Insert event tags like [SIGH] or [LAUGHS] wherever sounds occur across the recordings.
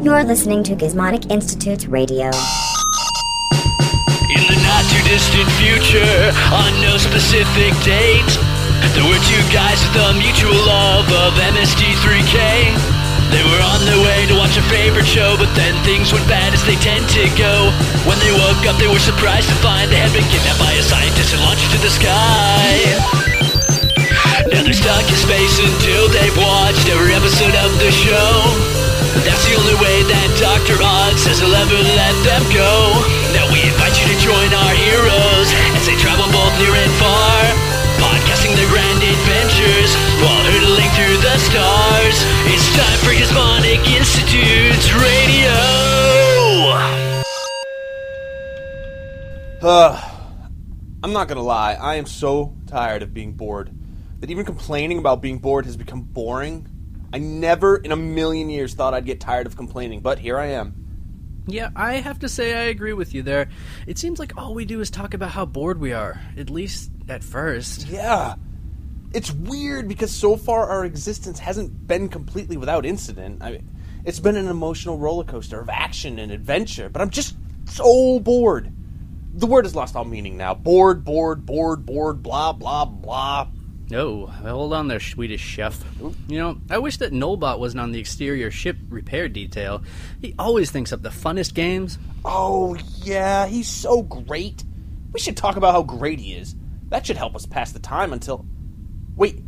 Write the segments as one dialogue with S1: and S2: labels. S1: You're listening to Gizmonic Institute's radio.
S2: In the not too distant future, on no specific date, there were two guys with a mutual love of MSD3K. They were on their way to watch a favorite show, but then things went bad as they tend to go. When they woke up, they were surprised to find they had been kidnapped by a scientist and launched into the sky. Now they're stuck in space until they've watched every episode of the show. That's the only way that Dr. Odd says he'll ever let them go. Now we invite you to join our heroes as they travel both near and far, podcasting their grand adventures while hurtling through the stars. It's time for Gizmonic Institute's radio.
S3: Uh, I'm not gonna lie, I am so tired of being bored that even complaining about being bored has become boring. I never in a million years thought I'd get tired of complaining, but here I am.
S4: Yeah, I have to say I agree with you there. It seems like all we do is talk about how bored we are, at least at first.
S3: Yeah. It's weird because so far our existence hasn't been completely without incident. I mean, it's been an emotional roller coaster of action and adventure, but I'm just so bored. The word has lost all meaning now. Bored, bored, bored, bored, blah, blah, blah.
S4: Oh, hold on there, Swedish chef. You know, I wish that Nolbot wasn't on the exterior ship repair detail. He always thinks up the funnest games.
S3: Oh, yeah, he's so great. We should talk about how great he is. That should help us pass the time until. Wait,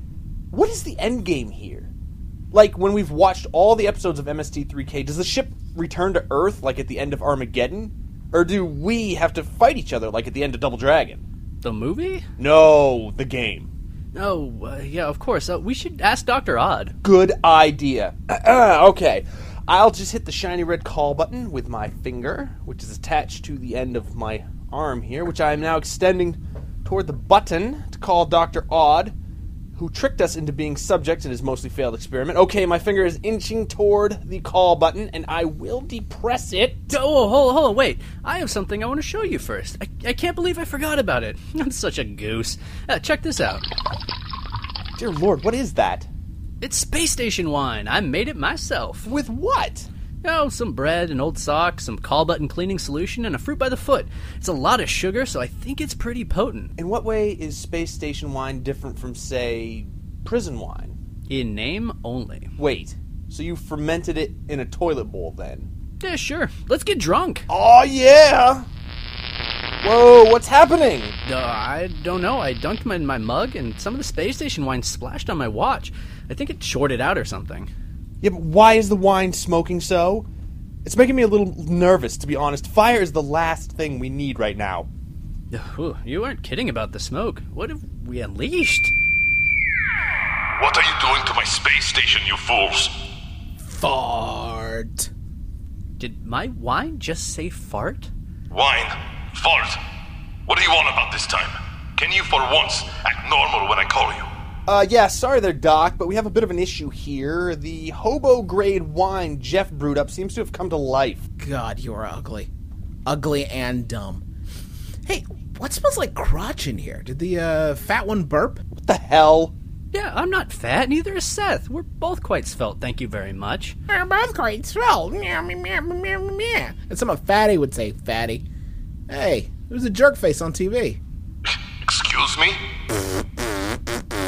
S3: what is the end game here? Like, when we've watched all the episodes of MST3K, does the ship return to Earth like at the end of Armageddon? Or do we have to fight each other like at the end of Double Dragon?
S4: The movie?
S3: No, the game.
S4: Oh, uh, yeah, of course. Uh, we should ask Dr. Odd.
S3: Good idea. [CLEARS THROAT] okay, I'll just hit the shiny red call button with my finger, which is attached to the end of my arm here, which I am now extending toward the button to call Dr. Odd, who tricked us into being subjects in his mostly failed experiment. Okay, my finger is inching toward the call button, and I will depress it.
S4: Oh, hold, hold, wait. I have something I want to show you first. I, I can't believe I forgot about it. [LAUGHS] I'm such a goose. Uh, check this out.
S3: Dear Lord, what is that?
S4: It's space station wine. I made it myself.
S3: With what?
S4: Oh, some bread, an old sock, some call button cleaning solution, and a fruit by the foot. It's a lot of sugar, so I think it's pretty potent.
S3: In what way is space station wine different from, say, prison wine?
S4: In name only.
S3: Wait, so you fermented it in a toilet bowl then?
S4: Yeah, sure. Let's get drunk.
S3: Oh, yeah! Whoa, what's happening?
S4: Uh, I don't know. I dunked my, my mug, and some of the space station wine splashed on my watch. I think it shorted out or something.
S3: Yeah, but why is the wine smoking so? It's making me a little nervous, to be honest. Fire is the last thing we need right now.
S4: Ooh, you aren't kidding about the smoke. What have we unleashed?
S5: What are you doing to my space station, you fools?
S4: Fart. Did my wine just say fart?
S5: Wine. Fart. What do you want about this time? Can you for once act normal when I call you?
S3: Uh, yeah, sorry there, Doc, but we have a bit of an issue here. The hobo grade wine Jeff brewed up seems to have come to life.
S6: God, you are ugly. Ugly and dumb. Hey, what smells like crotch in here? Did the uh, fat one burp?
S3: What the hell?
S4: Yeah, I'm not fat, neither is Seth. We're both quite svelte, thank you very much.
S6: They're both quite swell. Meow, meow, meow, meow, meow, meow. That's something a fatty would say, fatty. Hey, who's a jerk face on TV?
S5: Excuse me?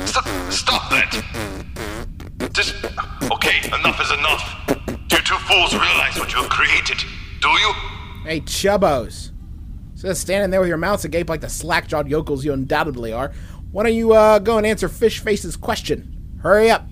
S5: Stop, stop that! Just. Okay, enough is enough. Do you two fools realize what you have created? Do you?
S6: Hey, chubbos. Instead of standing there with your mouths agape like the slack jawed yokels you undoubtedly are, why don't you uh, go and answer Fish Face's question? Hurry up.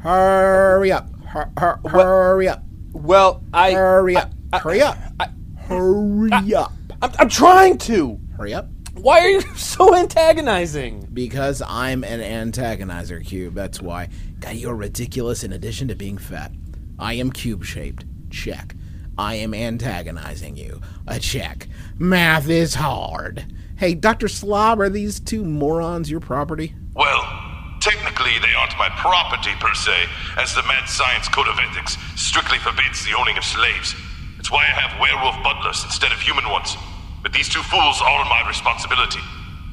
S6: Hurry up. Hur- hur- hurry up.
S3: Well, I.
S6: Hurry up. Hurry up.
S3: I-
S6: Hurry up.
S3: I'm, I'm trying to!
S6: Hurry up.
S3: Why are you [LAUGHS] so antagonizing?
S6: Because I'm an antagonizer, Cube. That's why. God, you're ridiculous in addition to being fat. I am cube shaped. Check. I am antagonizing you. A check. Math is hard. Hey, Dr. Slob, are these two morons your property?
S5: Well, technically they aren't my property per se, as the Mad Science Code of Ethics strictly forbids the owning of slaves. It's why I have werewolf butlers instead of human ones. But these two fools are my responsibility.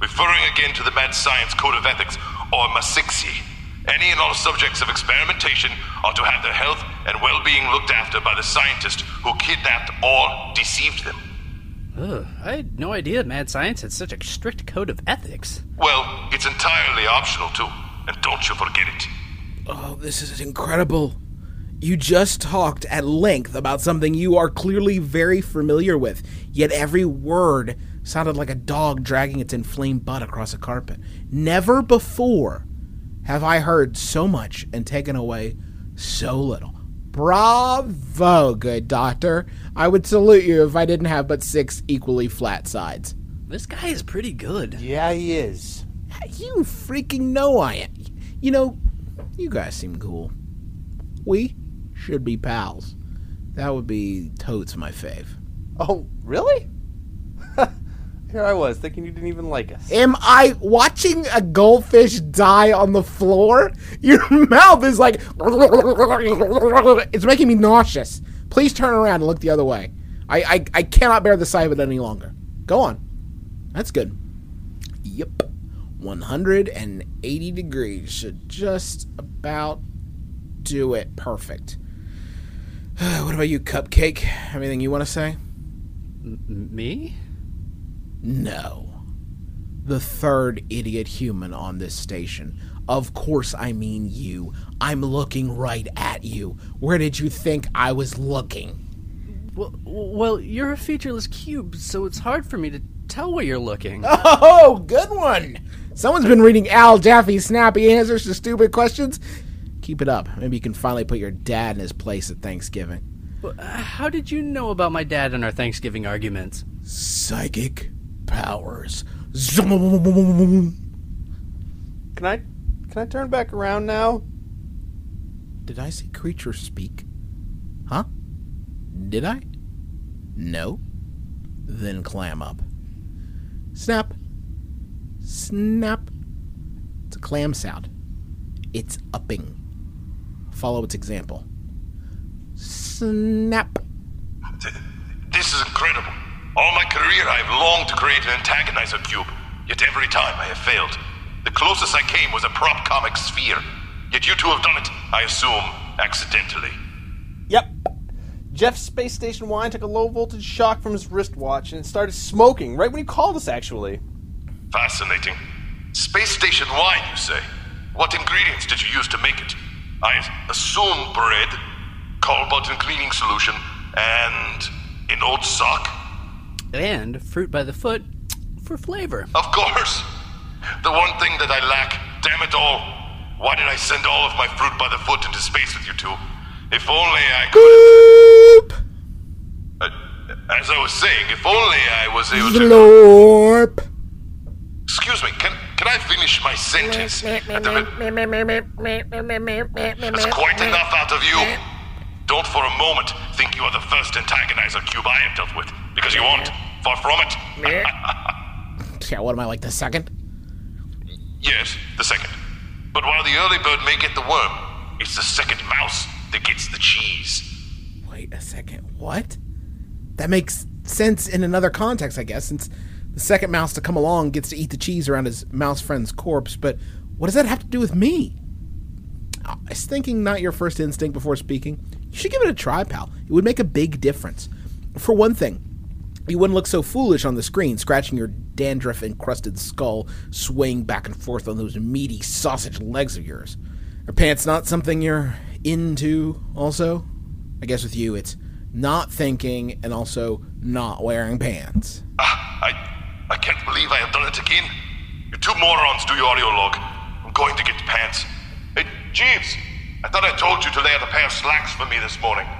S5: Referring again to the Mad Science Code of Ethics, or Masixi, any and all subjects of experimentation are to have their health and well being looked after by the scientist who kidnapped or deceived them.
S4: Ugh, I had no idea mad science had such a strict code of ethics.
S5: Well, it's entirely optional too, and don't you forget it.
S6: Oh, this is incredible. You just talked at length about something you are clearly very familiar with, yet every word sounded like a dog dragging its inflamed butt across a carpet. Never before have I heard so much and taken away so little. Bravo, good doctor. I would salute you if I didn't have but six equally flat sides.
S4: This guy is pretty good.
S3: Yeah, Uh, he is.
S6: You freaking know I am. You know, you guys seem cool. We should be pals. That would be totes my fave.
S3: Oh, really? [LAUGHS] Here I was thinking you didn't even like us.
S6: Am I watching a goldfish die on the floor? Your [LAUGHS] mouth is like. It's making me nauseous. Please turn around and look the other way. I, I, I cannot bear the sight of it any longer. Go on. That's good. Yep. 180 degrees should just about do it perfect. [SIGHS] what about you, Cupcake? Anything you want to say?
S4: M- me?
S6: No. The third idiot human on this station. Of course, I mean you. I'm looking right at you. Where did you think I was looking?
S4: Well, well, you're a featureless cube, so it's hard for me to tell where you're looking.
S6: Oh, good one! Someone's been reading Al Jaffe's snappy answers to stupid questions. Keep it up. Maybe you can finally put your dad in his place at Thanksgiving.
S4: But, uh, How did you know about my dad and our Thanksgiving arguments?
S6: Psychic powers. Zoom.
S3: Can I can I turn back around now?
S6: Did I see creature speak? Huh? Did I? No. Then clam up. Snap. Snap. It's a clam sound. It's upping. Follow its example. Snap.
S5: Th- This is incredible. All my career, I've longed to create an antagonizer cube, yet every time I have failed. The closest I came was a prop comic sphere, yet you two have done it, I assume, accidentally.
S3: Yep. Jeff's space station wine took a low voltage shock from his wristwatch and it started smoking right when he called us, actually.
S5: Fascinating. Space station wine, you say? What ingredients did you use to make it? I assume bread, call button cleaning solution, and an old sock?
S4: And fruit by the foot for flavor.
S5: Of course. The one thing that I lack. Damn it all. Why did I send all of my fruit by the foot into space with you two? If only I could.
S6: Boop.
S5: Uh, as I was saying, if only I was able to.
S6: Slurp.
S5: Excuse me. Can can I finish my sentence? At the ve- That's quite enough out of you. Don't for a moment think you are the first antagonizer cube I have dealt with, because you aren't. Far from it.
S6: Yeah, what am I like the second?
S5: Yes, the second. But while the early bird may get the worm, it's the second mouse that gets the cheese.
S6: Wait a second. What? That makes sense in another context, I guess, since the second mouse to come along gets to eat the cheese around his mouse friend's corpse, but what does that have to do with me? I was thinking not your first instinct before speaking. You should give it a try, pal. It would make a big difference. For one thing, you wouldn't look so foolish on the screen, scratching your dandruff encrusted skull, swaying back and forth on those meaty sausage legs of yours. Are pants not something you're into, also? I guess with you, it's not thinking and also not wearing pants.
S5: Ah, I, I can't believe I have done it again. You two morons do your audio log. I'm going to get pants. Hey, Jeeves, I thought I told you to lay out a pair of slacks for me this morning. [LAUGHS]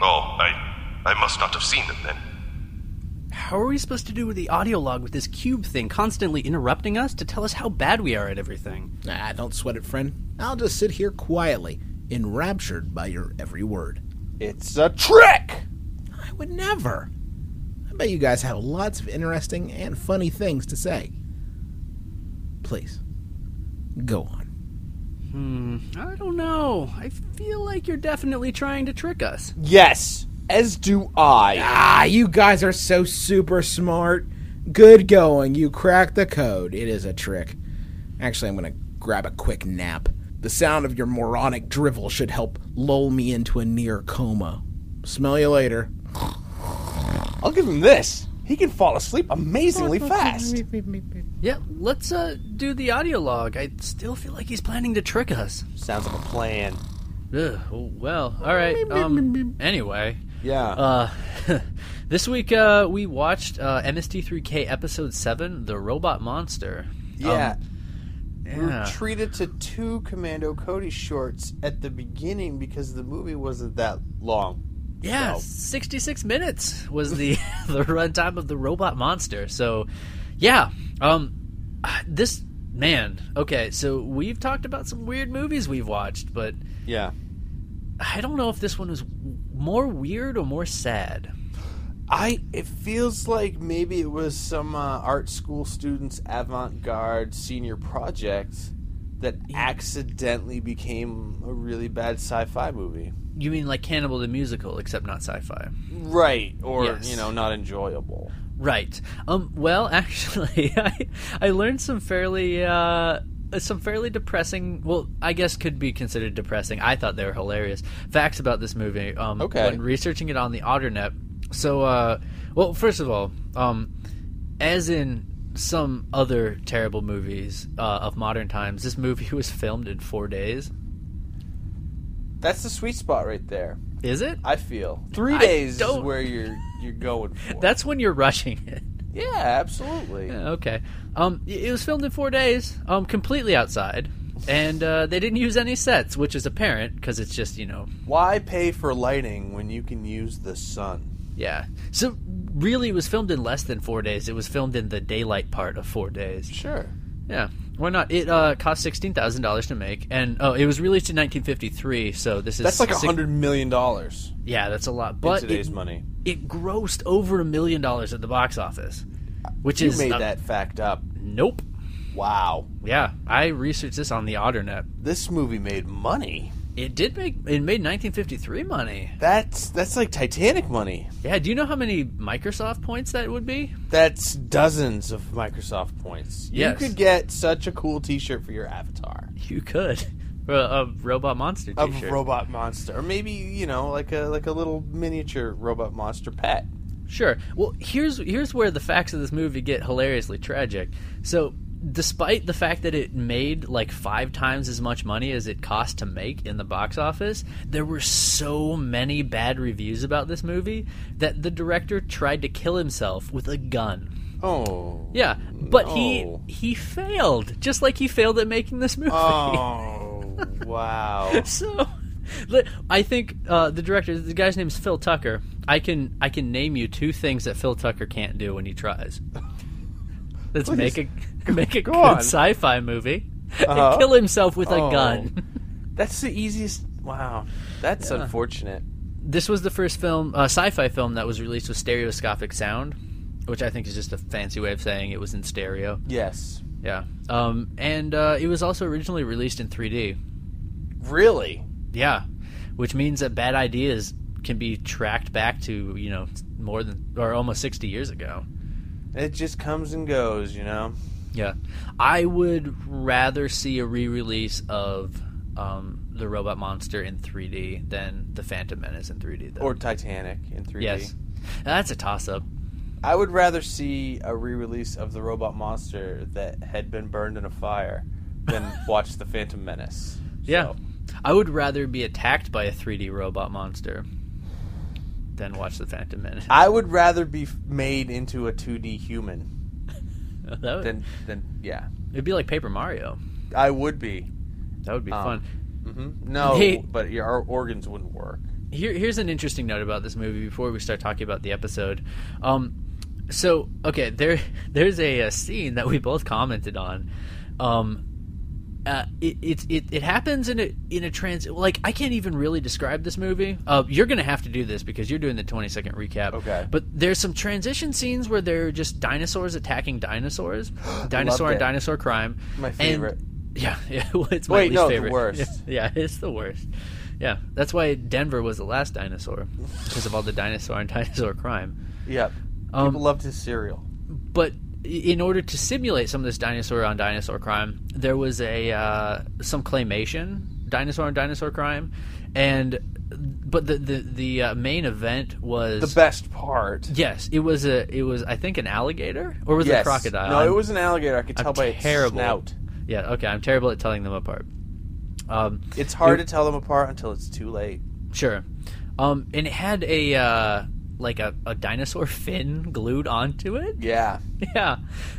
S5: Oh, I, I must not have seen them then.
S4: How are we supposed to do the audio log with this cube thing constantly interrupting us to tell us how bad we are at everything?
S6: Ah, don't sweat it, friend. I'll just sit here quietly, enraptured by your every word.
S3: It's a trick!
S6: I would never. I bet you guys have lots of interesting and funny things to say. Please, go on.
S4: I don't know. I feel like you're definitely trying to trick us.
S3: Yes, as do I.
S6: Ah, you guys are so super smart. Good going. You cracked the code. It is a trick. Actually, I'm going to grab a quick nap. The sound of your moronic drivel should help lull me into a near coma. Smell you later.
S3: I'll give him this. He can fall asleep amazingly fast.
S4: Yeah, let's uh do the audio log. I still feel like he's planning to trick us.
S3: Sounds like a plan.
S4: Ugh, oh, well, all right. Um, anyway,
S3: Yeah.
S6: um,
S4: uh, [LAUGHS] this week uh, we watched uh, MST3K episode seven, "The Robot Monster."
S3: yeah. we were
S4: yeah.
S3: treated to two Commando Cody shorts at the beginning because the movie wasn't that long.
S4: Yeah,
S3: So-
S4: 66 minutes was the [LAUGHS] the runtime of the Robot Monster. So, yeah, um, this man. Okay, so we've talked about some weird movies we've watched, but
S3: Yeah.
S4: I don't know if this one was w- more weird or more sad.
S3: I it feels like maybe it was some uh, art school students avant-garde senior project that accidentally became a really bad sci-fi movie.
S4: You mean like Cannibal the Musical, except not sci-fi?
S3: Right, or
S4: Yes.
S3: you know, not enjoyable.
S4: Right. Um. Well, [LAUGHS] actually, I I learned some fairly uh some fairly depressing. Well, I guess could be considered depressing. I thought they were hilarious facts about this movie. Um,
S3: Okay.
S4: When researching it on the Otternet, so uh, well, first of all, um, as in some other terrible movies uh, of modern times, this movie [LAUGHS] was filmed in four days.
S3: That's the sweet spot right there.
S4: Is it?
S3: I feel three
S4: I
S3: days is
S4: don't-
S3: where you're you're
S4: [LAUGHS]
S3: going for.
S4: That's when you're rushing it.
S3: yeah, absolutely.
S4: Yeah, Okay. Um, y- it was filmed in four days, um, completely outside, and uh, they didn't use any sets, which is apparent because it's just you know,
S3: Why pay for lighting when you can use the sun?
S4: yeah. So really, it was filmed in less than four days. It was filmed in the daylight part of four days.
S3: Sure.
S4: Yeah, why not? It uh, cost sixteen thousand dollars to make, and oh, it was released in nineteen fifty three. So this is
S3: That's like a
S4: six-
S3: hundred million dollars
S4: Yeah, that's a lot,
S3: in
S4: but
S3: today's
S4: it,
S3: money.
S4: it grossed over a million dollars at the box office, which
S3: You
S4: is
S3: made
S4: uh,
S3: that fact up.
S4: Nope.
S3: Wow.
S4: Yeah, I researched this on the Otternet.
S3: This movie made money.
S4: It did make it made 1953 money.
S3: That's that's like Titanic money.
S4: Yeah, do you know how many Microsoft points that would be? [LAUGHS]
S3: That's dozens of Microsoft points.
S4: Yes.
S3: You could get such a cool T-shirt for your avatar
S4: You could for a robot monster
S3: of
S4: T-shirt.
S3: robot monster, or maybe you know, like a like a little miniature robot monster pet.
S4: sure. Well, here's here's where the facts of this movie get hilariously tragic. So, despite the fact that it made like five times as much money as it cost to make in the box office, there were so many bad reviews about this movie that the director tried to kill himself with a gun.
S3: Oh.
S4: Yeah, but
S3: No.
S4: he he failed, just like he failed at making this movie.
S3: Oh. [LAUGHS] wow.
S4: so the- I think uh, the director, the guy's name's Phil Tucker. I can I can name you two things that Phil Tucker can't do when he tries. Let's make
S3: [LAUGHS]
S4: a make a good
S3: on.
S4: sci-fi movie
S3: Uh-huh.
S4: and kill himself with
S3: Oh.
S4: a gun. [LAUGHS]
S3: That's the easiest. Wow. That's unfortunate.
S4: This was the first film, uh, sci-fi film that was released with stereoscopic sound, which I think is just a fancy way of saying it was in stereo.
S3: Yes.
S4: Yeah, um, and uh, it was also originally released in 3D.
S3: Really?
S4: Yeah, which means that bad ideas can be tracked back to you know more than or almost sixty years ago.
S3: It just comes and goes, you know.
S4: Yeah, I would rather see a re-release of um, the Robot Monster in 3D than the Phantom Menace in 3D. Though.
S3: Or Titanic in 3D.
S4: yes, that's a toss-up.
S3: I would rather see a re-release of the Robot Monster that had been burned in a fire than
S4: [LAUGHS]
S3: watch the Phantom Menace.
S4: Yeah,
S3: So,
S4: I would rather be attacked by a 3D Robot Monster than watch the Phantom Menace.
S3: I would rather be f- made into a 2D human
S4: [LAUGHS] that would,
S3: than than yeah.
S4: it'd be like Paper Mario.
S3: I would be.
S4: That would be
S3: Um,
S4: fun.
S3: Mm-hmm. No,
S4: Hey.
S3: but your organs wouldn't work.
S4: Here, here's an interesting note about this movie before we start talking about the episode. Um, so okay, there [LAUGHS] there's a, uh scene that we both commented on. Um, uh, it, it it it happens in a in a trans like I can't even really describe this movie. Uh, you're gonna have to do this because you're doing the 20 second recap.
S3: Okay.
S4: But there's some transition
S3: [GASPS]
S4: scenes where they're just dinosaurs attacking dinosaurs, dinosaur
S3: it.
S4: and dinosaur crime.
S3: My
S4: And
S3: favorite.
S4: Yeah, [LAUGHS] yeah. well, It's my
S3: Wait,
S4: least
S3: no, the
S4: favorite.
S3: worst.
S4: [LAUGHS] Yeah, yeah, it's the worst. Yeah, that's why Denver was the last dinosaur because of all the dinosaur and [LAUGHS] dinosaur crime.
S3: Yeah.
S4: Um,
S3: People loved his cereal.
S4: But i- in order to simulate some of this dinosaur on dinosaur crime, there was a uh, some claymation dinosaur on dinosaur crime, and but the the the uh, main event was
S3: The best part.
S4: Yes, it was a it was I think an alligator or was it a
S3: Yes.
S4: crocodile?
S3: No,
S4: I'm-
S3: it was an alligator. I could
S4: I'm
S3: tell by its
S4: terrible.
S3: snout.
S4: Yeah, okay, I'm terrible at telling them apart. Um,
S3: It's hard to tell them apart until it's too late.
S4: Sure. Um, and it had a uh, like a, a dinosaur [LAUGHS] fin glued onto it.
S3: Yeah.
S4: [LAUGHS] Yeah.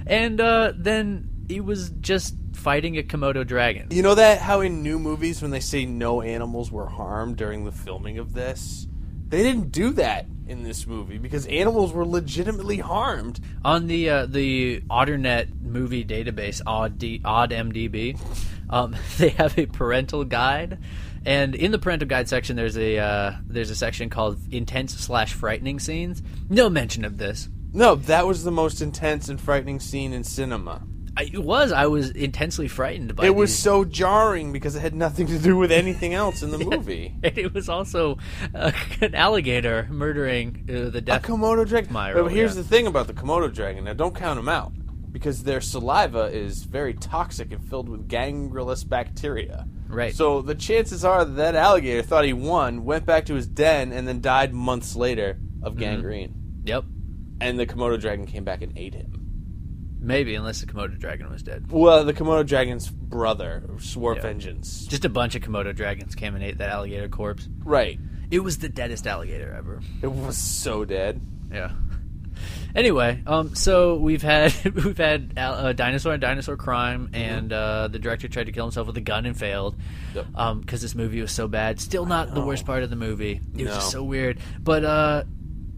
S4: And uh, then it was just fighting a Komodo dragon.
S3: You know that how in new movies when they say no animals were harmed during the filming of this? They didn't do that in this movie because animals were legitimately harmed.
S4: On the uh, the Otternet movie database, Odd D- OddMDB, um, [LAUGHS] they have a parental guide, and in the parental guide section, there's a uh, there's a section called intense slash frightening scenes. No mention of this.
S3: No, that was the most intense and frightening scene in cinema.
S4: I, it was I was intensely frightened by
S3: It was
S4: these-
S3: so jarring because it had nothing to do with anything else in the movie.
S4: [LAUGHS] And it was also uh, [LAUGHS] an alligator murdering uh, the
S3: A
S4: death.
S3: Komodo dragon.
S4: Myro,
S3: but here's
S4: yeah.
S3: the thing about the Komodo dragon. Now, don't count them out because their saliva is very toxic and filled with gangrenous bacteria.
S4: Right.
S3: So the chances are that, that alligator thought he won, went back to his den, and then died months later of
S4: Mm-hmm.
S3: gangrene.
S4: yep,
S3: And the Komodo dragon came back and ate him.
S4: maybe unless the Komodo dragon was dead.
S3: Well, the Komodo dragon's brother swore vengeance.
S4: Just a bunch of Komodo dragons came and ate that alligator corpse.
S3: Right.
S4: It was the deadest alligator ever.
S3: It was so dead.
S4: Yeah. [LAUGHS] Anyway, um, so we've had [LAUGHS] we've had al- uh, dinosaur and dinosaur
S3: Mm-hmm.
S4: crime, and uh, the director tried to kill himself with a gun and failed because
S3: Yep.
S4: this movie was so bad. Still not the worst part of the movie. It was just
S3: No.
S4: so weird. But uh,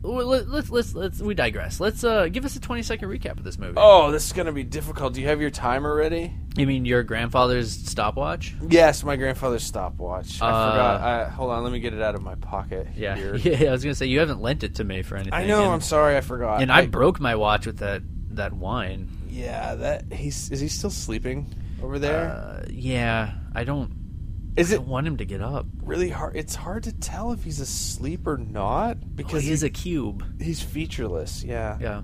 S4: w- let- let's let's let's we digress. Let's uh, give us a twenty second recap of this movie.
S3: Oh, this is going to be difficult. Do you have your timer ready?
S4: You mean your grandfather's stopwatch?
S3: Yes, my grandfather's stopwatch. I forgot. I, hold on, let me get it out of my pocket.
S4: Uh, Yeah,
S3: here.
S4: [LAUGHS] yeah. I was gonna say you haven't lent it to me for anything.
S3: I know.
S4: and,
S3: I'm sorry. I forgot.
S4: and I broke my watch with that that wine.
S3: Yeah, that he's is he still sleeping over there?
S4: Uh, yeah, I don't
S3: Is it
S4: don't want him to get up.
S3: really hard? It's hard to tell if he's asleep or not because
S4: he is a cube.
S3: he- he's featureless. Yeah.
S4: Yeah,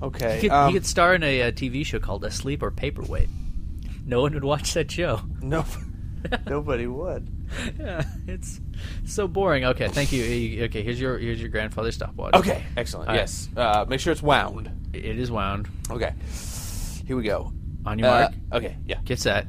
S3: Okay.
S4: he could,
S3: um,
S4: he could star in a, uh TV show called Asleep or Paperweight. No one would watch that show. [LAUGHS]
S3: no, nobody would.
S4: Yeah, [LAUGHS] it's so boring. Okay, thank you. You- Okay, here's your here's your grandfather's stopwatch.
S3: Okay. Excellent.
S4: All right.
S3: yes. Uh, make sure it's wound.
S4: it is wound.
S3: Okay. Here we go.
S4: On your mark,
S3: Uh, okay. Yeah.
S4: get set.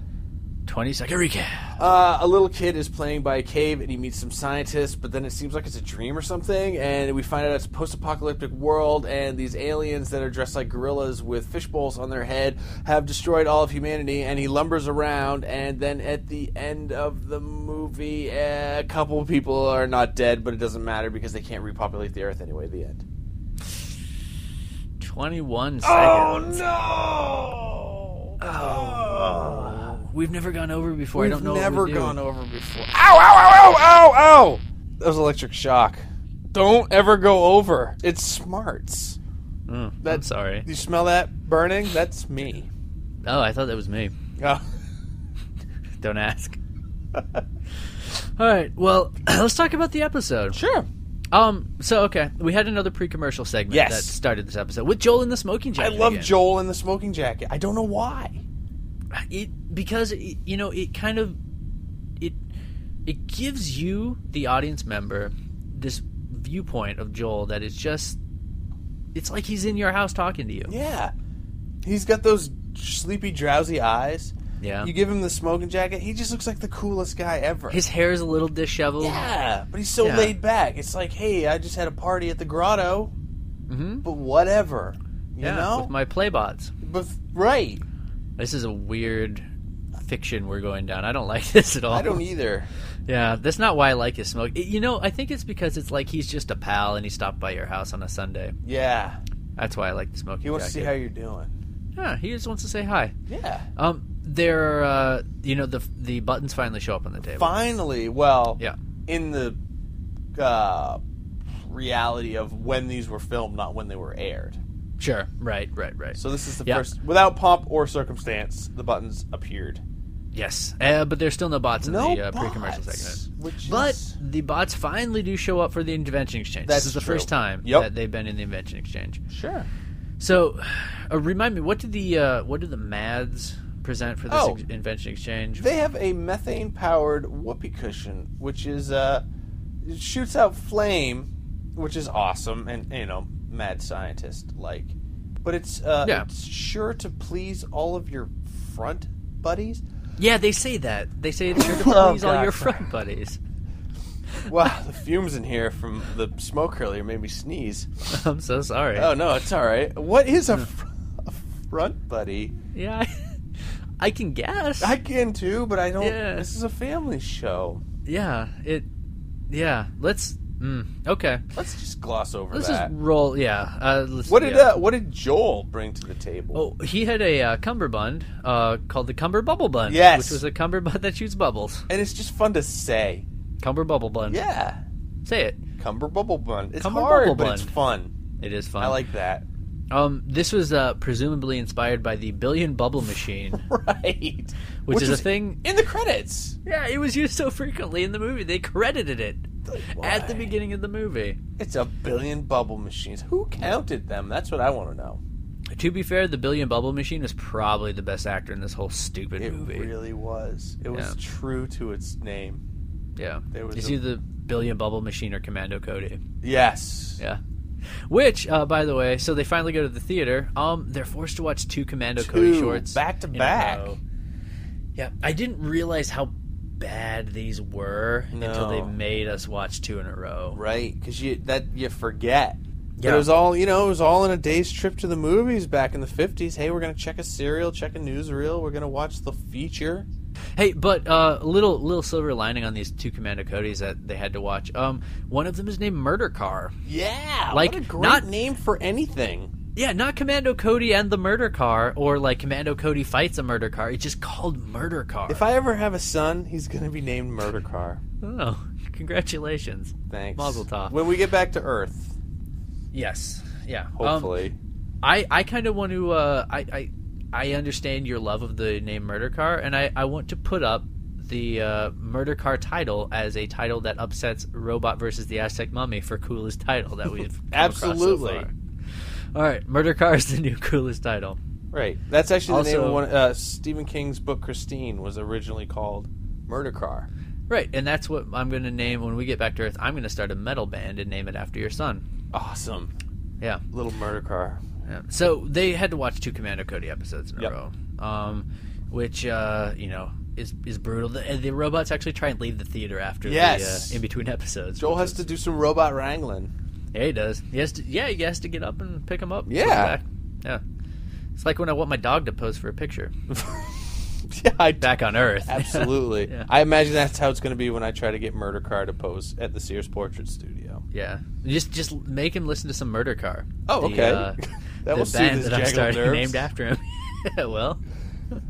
S4: Twenty second recap.
S3: Uh, a little kid is playing by a cave and he meets some scientists, but then it seems like it's a dream or something. And we find out it's a post apocalyptic world, and these aliens that are dressed like gorillas with fishbowls on their head have destroyed all of humanity. And he lumbers around, and then at the end of the movie, eh, a couple people are not dead, but it doesn't matter because they can't repopulate the earth anyway. The end.
S4: Twenty
S3: Oh,
S4: one seconds.
S3: no!
S4: We've never gone over before. I
S3: We've
S4: don't know.
S3: never
S4: what we do.
S3: gone over before. Ow, ow, ow, ow, ow, ow! That was electric shock. Don't ever go over. It's smarts.
S4: I'm sorry.
S3: You smell that burning? That's me.
S4: Oh, I thought that was me.
S3: Oh.
S4: Don't ask. [LAUGHS] All right. Well, [CLEARS THROAT] let's talk about the episode.
S3: Sure.
S4: Um. So okay, we had another pre-commercial segment
S3: Yes.
S4: that started this episode with Joel in the smoking
S3: I
S4: jacket.
S3: love
S4: again.
S3: Joel in the smoking jacket. I don't know why.
S4: It, because it, you know it kind of it it gives you the audience member this viewpoint of Joel that is just it's like he's in your house talking to you.
S3: Yeah. He's got those sleepy, drowsy eyes.
S4: Yeah.
S3: You give him the smoking jacket, he just looks like the coolest guy ever.
S4: His hair is a little disheveled.
S3: yeah, but he's so
S4: Yeah.
S3: laid back. It's like, hey, I just had a party at the grotto, mm-hmm. but whatever. You
S4: Yeah,
S3: know?
S4: with my playbots.
S3: But right,
S4: This is a weird fiction we're going down. I don't like [LAUGHS] this at all.
S3: I don't e-, either.
S4: Yeah, that's not why I like his smoke. It- you know, I think it's because it's like he's just a pal and he stopped by your house on a Sunday.
S3: Yeah,
S4: That's why I like the smoking
S3: he wants to see how
S4: jacket.
S3: you're doing.
S4: yeah, he just wants to say hi.
S3: Yeah,
S4: Um, there, uh, you know, the the buttons finally show up on the table.
S3: finally. Well,
S4: Yeah.
S3: in the uh, reality of when these were filmed, not when they were aired.
S4: Sure. Right. Right. Right.
S3: So this is the
S4: Yeah.
S3: first, without pomp or circumstance, the buttons appeared.
S4: Yes, uh, but there's still no bots in
S3: No
S4: the uh, pre-commercial
S3: bots,
S4: segment.
S3: which
S4: but
S3: is-
S4: the bots finally do show up for the Invention Exchange.
S3: That's
S4: this is the
S3: true.
S4: first time
S3: Yep.
S4: that they've been in the Invention Exchange.
S3: Sure.
S4: So, uh, remind me, what did the uh, what did the Mads present for this
S3: Oh.
S4: ex- Invention Exchange?
S3: They have a methane powered whoopee cushion, which is uh it shoots out flame, which is awesome and you know, mad scientist like. But it's uh
S4: Yeah.
S3: it's sure to please all of your front buddies.
S4: yeah, they say that. They say
S3: [LAUGHS]
S4: it's sure to
S3: Oh,
S4: please all
S3: God.
S4: your front buddies. [LAUGHS]
S3: Wow, [LAUGHS] the fumes in here from the smoke earlier made me sneeze.
S4: I'm so sorry.
S3: Oh no, it's all right. What is a, fr- a front buddy?
S4: Yeah, I, [LAUGHS] I can guess.
S3: I can too, but I don't.
S4: Yeah.
S3: This is a family show.
S4: yeah, it. Yeah, let's. Mm, okay,
S3: Let's just gloss over
S4: let's
S3: that.
S4: just roll. Yeah. Uh, let's,
S3: what did
S4: yeah.
S3: uh, what did Joel bring to the table?
S4: Oh, he had a uh, cummerbund uh, called the Cumber Bubble Bun.
S3: Yes.
S4: Which was a cummerbund [LAUGHS] that shoots bubbles.
S3: and it's just fun to say.
S4: Cumber Bubble Bun.
S3: Yeah,
S4: Say it.
S3: Cumber Bubble Bun. It's
S4: Cumber
S3: hard,
S4: Bubble
S3: but it's
S4: Bun.
S3: fun.
S4: It is fun.
S3: I like
S4: [LAUGHS]
S3: that.
S4: Um, this was uh, presumably inspired by the Billion Bubble Machine,
S3: Right.
S4: which, is
S3: was
S4: a thing.
S3: in the credits.
S4: [LAUGHS] Yeah, it was used so frequently in the movie they credited it at the
S3: Why?
S4: beginning of the movie.
S3: It's a billion bubble machines. Who counted them? That's what I want to know.
S4: To be fair, the Billion Bubble Machine is probably the best actor in this whole stupid
S3: It
S4: movie.
S3: really was. It was
S4: Yeah.
S3: true to its name.
S4: yeah,
S3: there was
S4: is
S3: a-
S4: he the Billion Bubble Machine or Commando Cody?
S3: Yes.
S4: Yeah. Which, uh, by the way, so they finally go to the theater. Um, they're forced to watch two Commando Cody
S3: Two,
S4: shorts
S3: back to
S4: in a
S3: back.
S4: row. Yeah, I didn't realize how bad these were
S3: No.
S4: until they made us watch two in a row.
S3: Right, because you that you forget. But
S4: Yeah.
S3: it was all you know. It was all in a day's trip to the movies back in the fifties. Hey, we're gonna check a serial, check a newsreel. We're gonna watch the feature.
S4: Hey, but uh, little little silver lining on these two Commando Codys that they had to watch. Um, one of them is named Murder Car.
S3: Yeah,
S4: Like,
S3: what a great
S4: not-
S3: name for anything.
S4: Yeah, not Commando Cody and the Murder Car, or like Commando Cody fights a Murder Car. It's just called Murder Car.
S3: If I ever have a son, he's gonna be named Murder Car.
S4: oh, [LAUGHS] congratulations.
S3: Thanks.
S4: Mazel tov.
S3: When we get back to Earth,
S4: Yes. Yeah. Um,
S3: hopefully.
S4: I, I kind of want to. Uh, I, I I understand your love of the name Murder Car, and I, I want to put up the uh, Murder Car title as a title that upsets Robot versus the Aztec Mummy for coolest title that we've come across so
S3: Absolutely.
S4: far. All right, Murder Car is the new coolest title.
S3: right. That's actually the name of
S4: Also-
S3: one. Uh, Stephen King's book Christine was originally called Murder Car.
S4: Right, and that's what I'm going to name when we get back to Earth. I'm going to start a metal band and name it after your son.
S3: Awesome
S4: Yeah.
S3: little Murder Car.
S4: Yeah. So they had to watch two Commando Cody episodes in a
S3: Yep.
S4: row, um, which uh, you know is is brutal. The, the robots actually try and leave the theater after
S3: Yes.
S4: the uh, in between episodes.
S3: Joel
S4: which
S3: has
S4: is-
S3: to do some robot wrangling.
S4: Yeah, he does. He has to. Yeah, he has to get up and pick them up. put 'em
S3: Yeah.
S4: back. Yeah. It's like when I want my dog to pose for a picture
S3: [LAUGHS] yeah, I
S4: back on Earth.
S3: [LAUGHS] Absolutely.
S4: Yeah.
S3: I imagine that's how it's going to be when I try to get Murder Car to pose at the Sears Portrait Studio.
S4: [LAUGHS] yeah. Just just make him listen to some Murder Car.
S3: Oh,
S4: The,
S3: okay.
S4: uh,
S3: [LAUGHS] That will
S4: the
S3: soothe
S4: band
S3: his
S4: that I'm
S3: jangled
S4: starting [LAUGHS]
S3: nerves.
S4: named after him. well,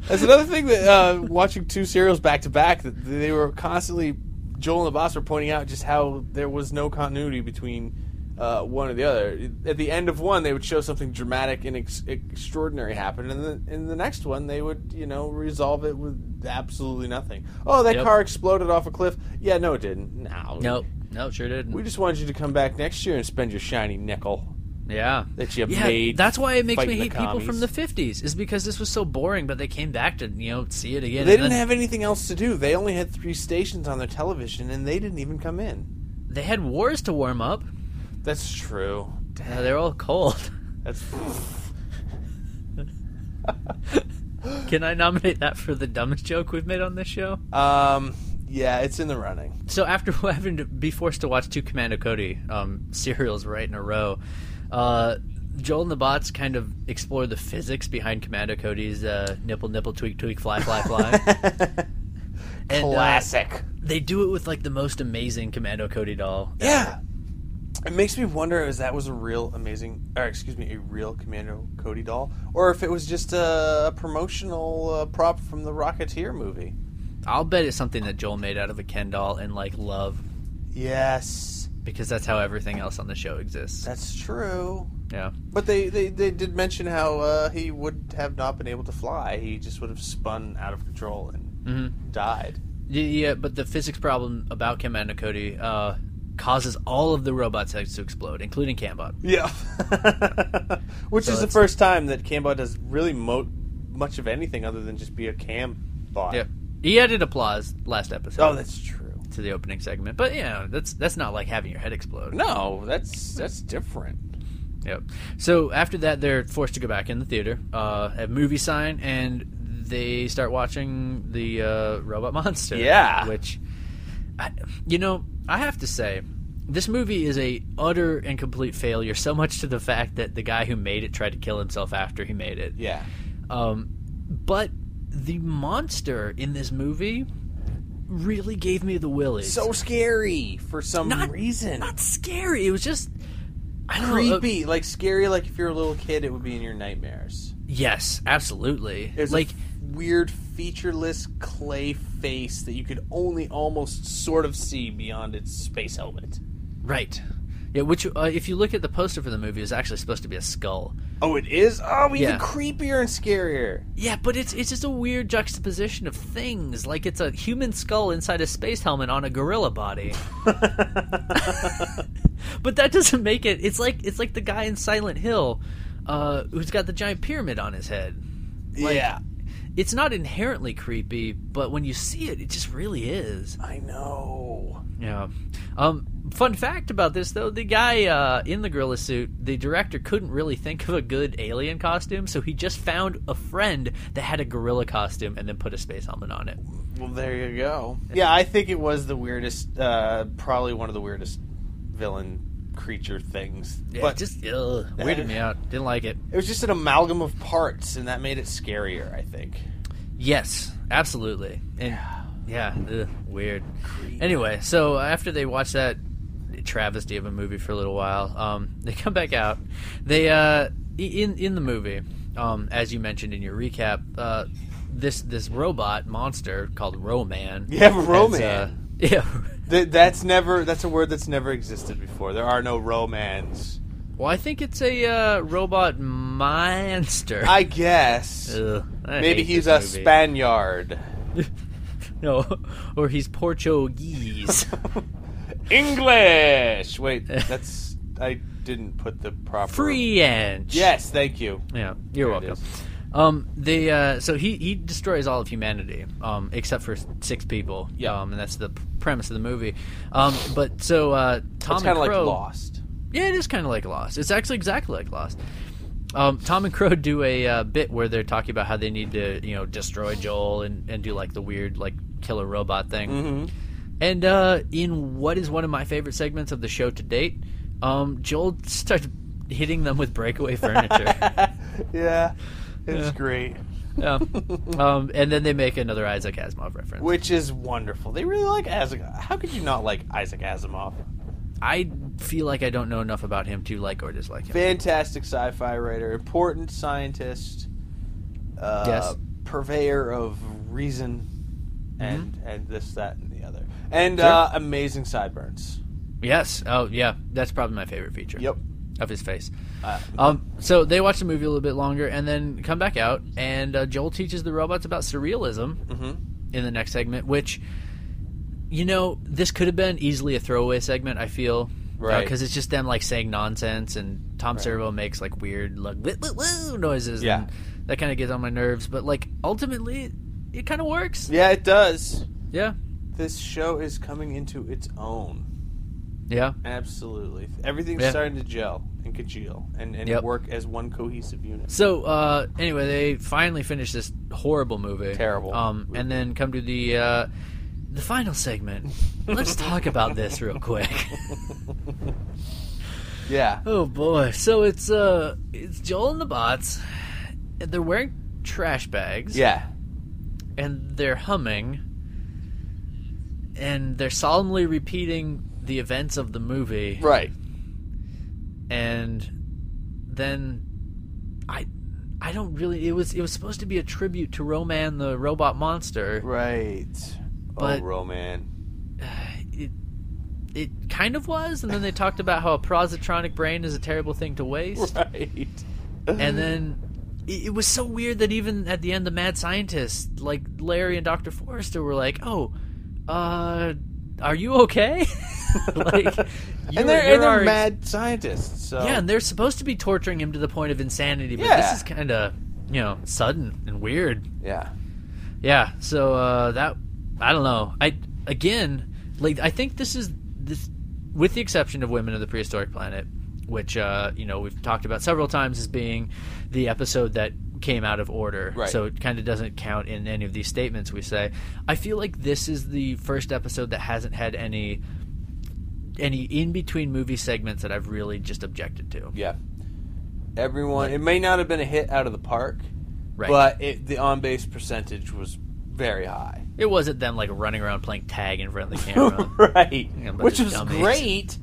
S3: That's another thing that uh, watching two serials back to back, that they were constantly Joel and the boss were pointing out just how there was no continuity between uh, one or the other. At the end of one, they would show something dramatic and ex- extraordinary happen, and then in the next one, they would you know resolve it with absolutely nothing. Oh, that
S4: Yep.
S3: car exploded off a cliff. Yeah, no, it didn't. No,
S4: nope, nope, sure didn't.
S3: We just wanted you to come back next year and spend your shiny nickel.
S4: Yeah,
S3: that you
S4: yeah,
S3: made
S4: That's why it makes me
S3: fighting the
S4: hate people from
S3: commies.
S4: the '50s. Is because this was so boring, but they came back to you know see it again.
S3: They
S4: and
S3: didn't
S4: then
S3: have anything else to do. They only had three stations on their television, and they didn't even come in.
S4: They had wars to warm up.
S3: That's true.
S4: Uh, they're all cold. [LAUGHS]
S3: That's
S4: Can I nominate that for the dumbest joke we've made on this show?
S3: um, yeah, it's in the running.
S4: So after [LAUGHS] having to be forced to watch two Commando Cody um, serials right in a row, uh, Joel and the bots kind of explore the physics behind Commando Cody's uh, nipple, nipple, tweak, tweak, fly, fly,
S3: [LAUGHS]
S4: fly. And, uh,
S3: Classic.
S4: they do it with like the most amazing Commando Cody doll.
S3: yeah. It makes me wonder if that was a real amazing, or excuse me, a real Commando Cody doll, or if it was just a promotional uh, prop from the Rocketeer movie.
S4: I'll bet it's something that Joel made out of a Ken doll and like love
S3: Yes,
S4: because that's how everything else on the show exists.
S3: that's true.
S4: Yeah.
S3: But they, they, they did mention how uh, he would have not been able to fly. He just would have spun out of control and died.
S4: Y- Yeah, but the physics problem about Kanban and Cody uh, causes all of the robot's heads to explode, including Kanbot.
S3: Yeah. [LAUGHS] Which is the
S4: that's-
S3: first time that Cambot does really mo- much of anything other than just be a cam bot.
S4: Yep. He added applause last episode
S3: Oh, that's true.
S4: to the opening segment, but you know that's that's not like having your head explode.
S3: No, that's that's different.
S4: Yep. So after that, they're forced to go back in the theater, uh, have movie sign, and they start watching the uh, Robot [LAUGHS] Monster.
S3: Yeah.
S4: Which, I, you know, I have to say, this movie is a utter and complete failure. So much to the fact that the guy who made it tried to kill himself after he made it.
S3: Yeah.
S4: Um, but the monster in this movie really gave me the willies.
S3: So scary for some
S4: Not-
S3: reason.
S4: not scary. It was just. I don't know, uh,
S3: creepy, like scary like if you're a little kid it would be in your nightmares.
S4: yes, absolutely.
S3: There's
S4: like
S3: like weird featureless clay face that you could only almost sort of see beyond its space helmet.
S4: Right. Yeah, which uh, if you look at the poster for the movie, is actually supposed to be a skull.
S3: Oh, it is. Oh, even
S4: Yeah.
S3: creepier and scarier.
S4: Yeah, but it's it's just a weird juxtaposition of things. Like it's a human skull inside a space helmet on a gorilla body. but that doesn't make it. It's like it's like the guy in Silent Hill, uh, who's got the giant pyramid on his head.
S3: yeah,
S4: It's not inherently creepy, but when you see it, it just really is.
S3: I know.
S4: Yeah. Um, fun fact about this though, the guy uh, in the gorilla suit, the director couldn't really think of a good alien costume, so he just found a friend that had a gorilla costume and then put a space helmet on it.
S3: Well, there you go. Yeah, I think it was the weirdest, uh, probably one of the weirdest villain creature things.
S4: Yeah,
S3: but
S4: just ugh, weirded me out. Didn't like it.
S3: it was just an amalgam of parts, and that made it scarier. I think.
S4: Yes, absolutely. And yeah, ugh, weird. Anyway, so after they watch that travesty of a movie for a little while, um, [LAUGHS] they come back out. They uh, i- in in the movie, um, as you mentioned in your recap, uh, this this robot monster called Roman.
S3: Yeah,
S4: has,
S3: Roman.
S4: uh, [LAUGHS] yeah.
S3: Th- that's never. That's a word that's never existed before. There are no romans.
S4: Well, I think it's a uh, robot monster.
S3: I guess.
S4: [LAUGHS] Ugh, I
S3: Maybe
S4: hate
S3: he's a
S4: this movie.
S3: Spaniard.
S4: No, [LAUGHS] or
S3: [LAUGHS]
S4: he's Portuguese.
S3: English.
S4: [LAUGHS]
S3: Wait, that's. I didn't put the proper.
S4: French.
S3: Yes, thank you.
S4: Yeah, you're
S3: There it
S4: welcome. Um, they uh, so he he destroys all of humanity, um, except for six people.
S3: Yeah.
S4: um, and that's the p- premise of the movie. Um, but so uh, Tom
S3: It's
S4: and
S3: kind of like
S4: Crow-
S3: Lost.
S4: Yeah, it is kind of like Lost. It's actually exactly like Lost. Um, Tom and Crow do a uh, bit where they're talking about how they need to you know destroy Joel and and do like the weird like killer robot thing.
S3: Mm-hmm.
S4: And uh, in what is one of my favorite segments of the show to date, um, Joel starts hitting them
S3: [LAUGHS]
S4: with breakaway furniture.
S3: Yeah, it's great.
S4: Yeah. um, and then they make another Isaac Asimov reference.
S3: Which is wonderful. They really like Isaac. How could you not like Isaac Asimov?
S4: I feel like I don't know enough about him to like or dislike him.
S3: Fantastic sci-fi writer, important scientist, uh,
S4: Yes. Mm-hmm.
S3: purveyor of reason, and and this, that, and the other, and uh, amazing sideburns.
S4: Yes. Oh, yeah. That's probably my favorite feature.
S3: Yep.
S4: Of his face.
S3: Uh,
S4: um, so they watch the movie a little bit longer and then come back out, and uh, Joel teaches the robots about surrealism
S3: mm-hmm.
S4: in the next segment, which, you know, this could have been easily a throwaway segment, I feel.
S3: Right.
S4: Because it's just them, like, saying nonsense, and Tom Servo makes, like, weird, like, woo, woo, woo noises.
S3: Yeah.
S4: And that kind of gets on my nerves, but, like, ultimately, it kind of works.
S3: Yeah, it does.
S4: Yeah.
S3: This show is coming into its own.
S4: Yeah.
S3: Absolutely, everything's
S4: Yeah.
S3: starting to gel and congeal and and
S4: Yep.
S3: work as one cohesive unit.
S4: So uh, anyway, they finally finish this horrible movie.
S3: Terrible.
S4: Um, and then come to the uh, the
S3: [LAUGHS]
S4: final segment. Let's talk about this real quick.
S3: Yeah.
S4: oh boy! So it's uh, it's Joel and the bots. and They're wearing trash bags.
S3: Yeah.
S4: And they're humming. And they're solemnly repeating the events of the movie.
S3: Right.
S4: and then I I don't really it was it was supposed to be a tribute to Roman the robot monster.
S3: Right.
S4: But-
S3: oh, [LAUGHS] Roman.
S4: [SIGHS] It it kind of was, and then they talked about how a positronic brain is a terrible thing to waste,
S3: Right.
S4: and then it, it was so weird that even at the end, the mad scientist, like Larry and Doctor Forrester, were like, "Oh, uh, are you okay?" [LAUGHS] [LAUGHS] like,
S3: [LAUGHS]
S4: you're-
S3: and they're,
S4: you're
S3: and they're
S4: our ex-
S3: mad scientists. So
S4: Yeah, and they're supposed to be torturing him to the point of insanity, but
S3: Yeah.
S4: this is kind of you know sudden and weird.
S3: yeah.
S4: Yeah, so uh, that I don't know. I again, like I think this is this, with the exception of Women of the Prehistoric Planet, which uh, you know we've talked about several times as being the episode that came out of order.
S3: Right.
S4: So it kind of doesn't count in any of these statements we say. I feel like this is the first episode that hasn't had any any in between movie segments that I've really just objected to.
S3: Yeah. Everyone, it may not have been a hit out of the park,
S4: Right.
S3: but it, the on base percentage was very
S4: [LAUGHS]
S3: high. [LAUGHS]
S4: It wasn't them like running around playing tag in front of the camera.
S3: right.
S4: Yeah, a bunch
S3: Which
S4: of
S3: was
S4: dummies.
S3: great,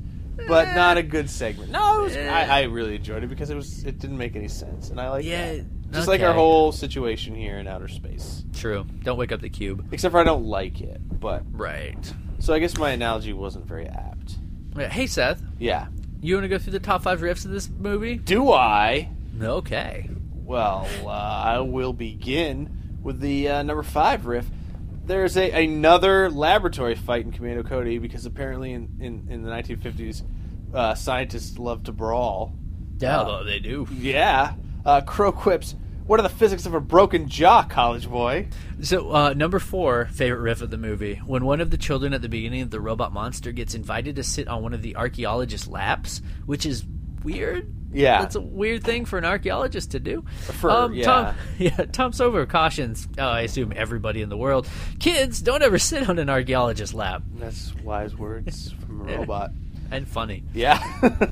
S3: but not a good segment. No, it was,
S4: Eh.
S3: I, I really enjoyed it because it was it didn't make any sense, and I like
S4: Yeah,
S3: that. Just like our
S4: okay.
S3: whole situation here in outer space.
S4: True. Don't wake up the cube.
S3: Except for I don't like it, but
S4: Right.
S3: so I guess my analogy wasn't very apt.
S4: Yeah, Hey, Seth,
S3: Yeah.
S4: you want to go through the top five riffs of this movie?
S3: Do I?
S4: Okay.
S3: Well, uh, I will begin with the uh, number five riff. There's a, another laboratory fight in Commando Cody because apparently in, in, in the 1950s, uh, scientists love to brawl.
S4: Yeah, although they do.
S3: Yeah. Uh, Crow quips, What are the physics of a broken jaw, college boy?
S4: So, uh, number four favorite riff of the movie when one of the children at the beginning of the Robot Monster gets invited to sit on one of the archaeologist's laps, which is weird.
S3: Yeah.
S4: that's a weird thing for an archaeologist to do. Um,
S3: For- yeah.
S4: Tom, [LAUGHS] yeah, Tom Sober cautions. Uh, I assume everybody in the world, kids, don't ever sit on an archaeologist's lap.
S3: That's wise words from [LAUGHS] a
S4: Yeah.
S3: robot.
S4: And funny. [LAUGHS]
S3: Yeah. [LAUGHS]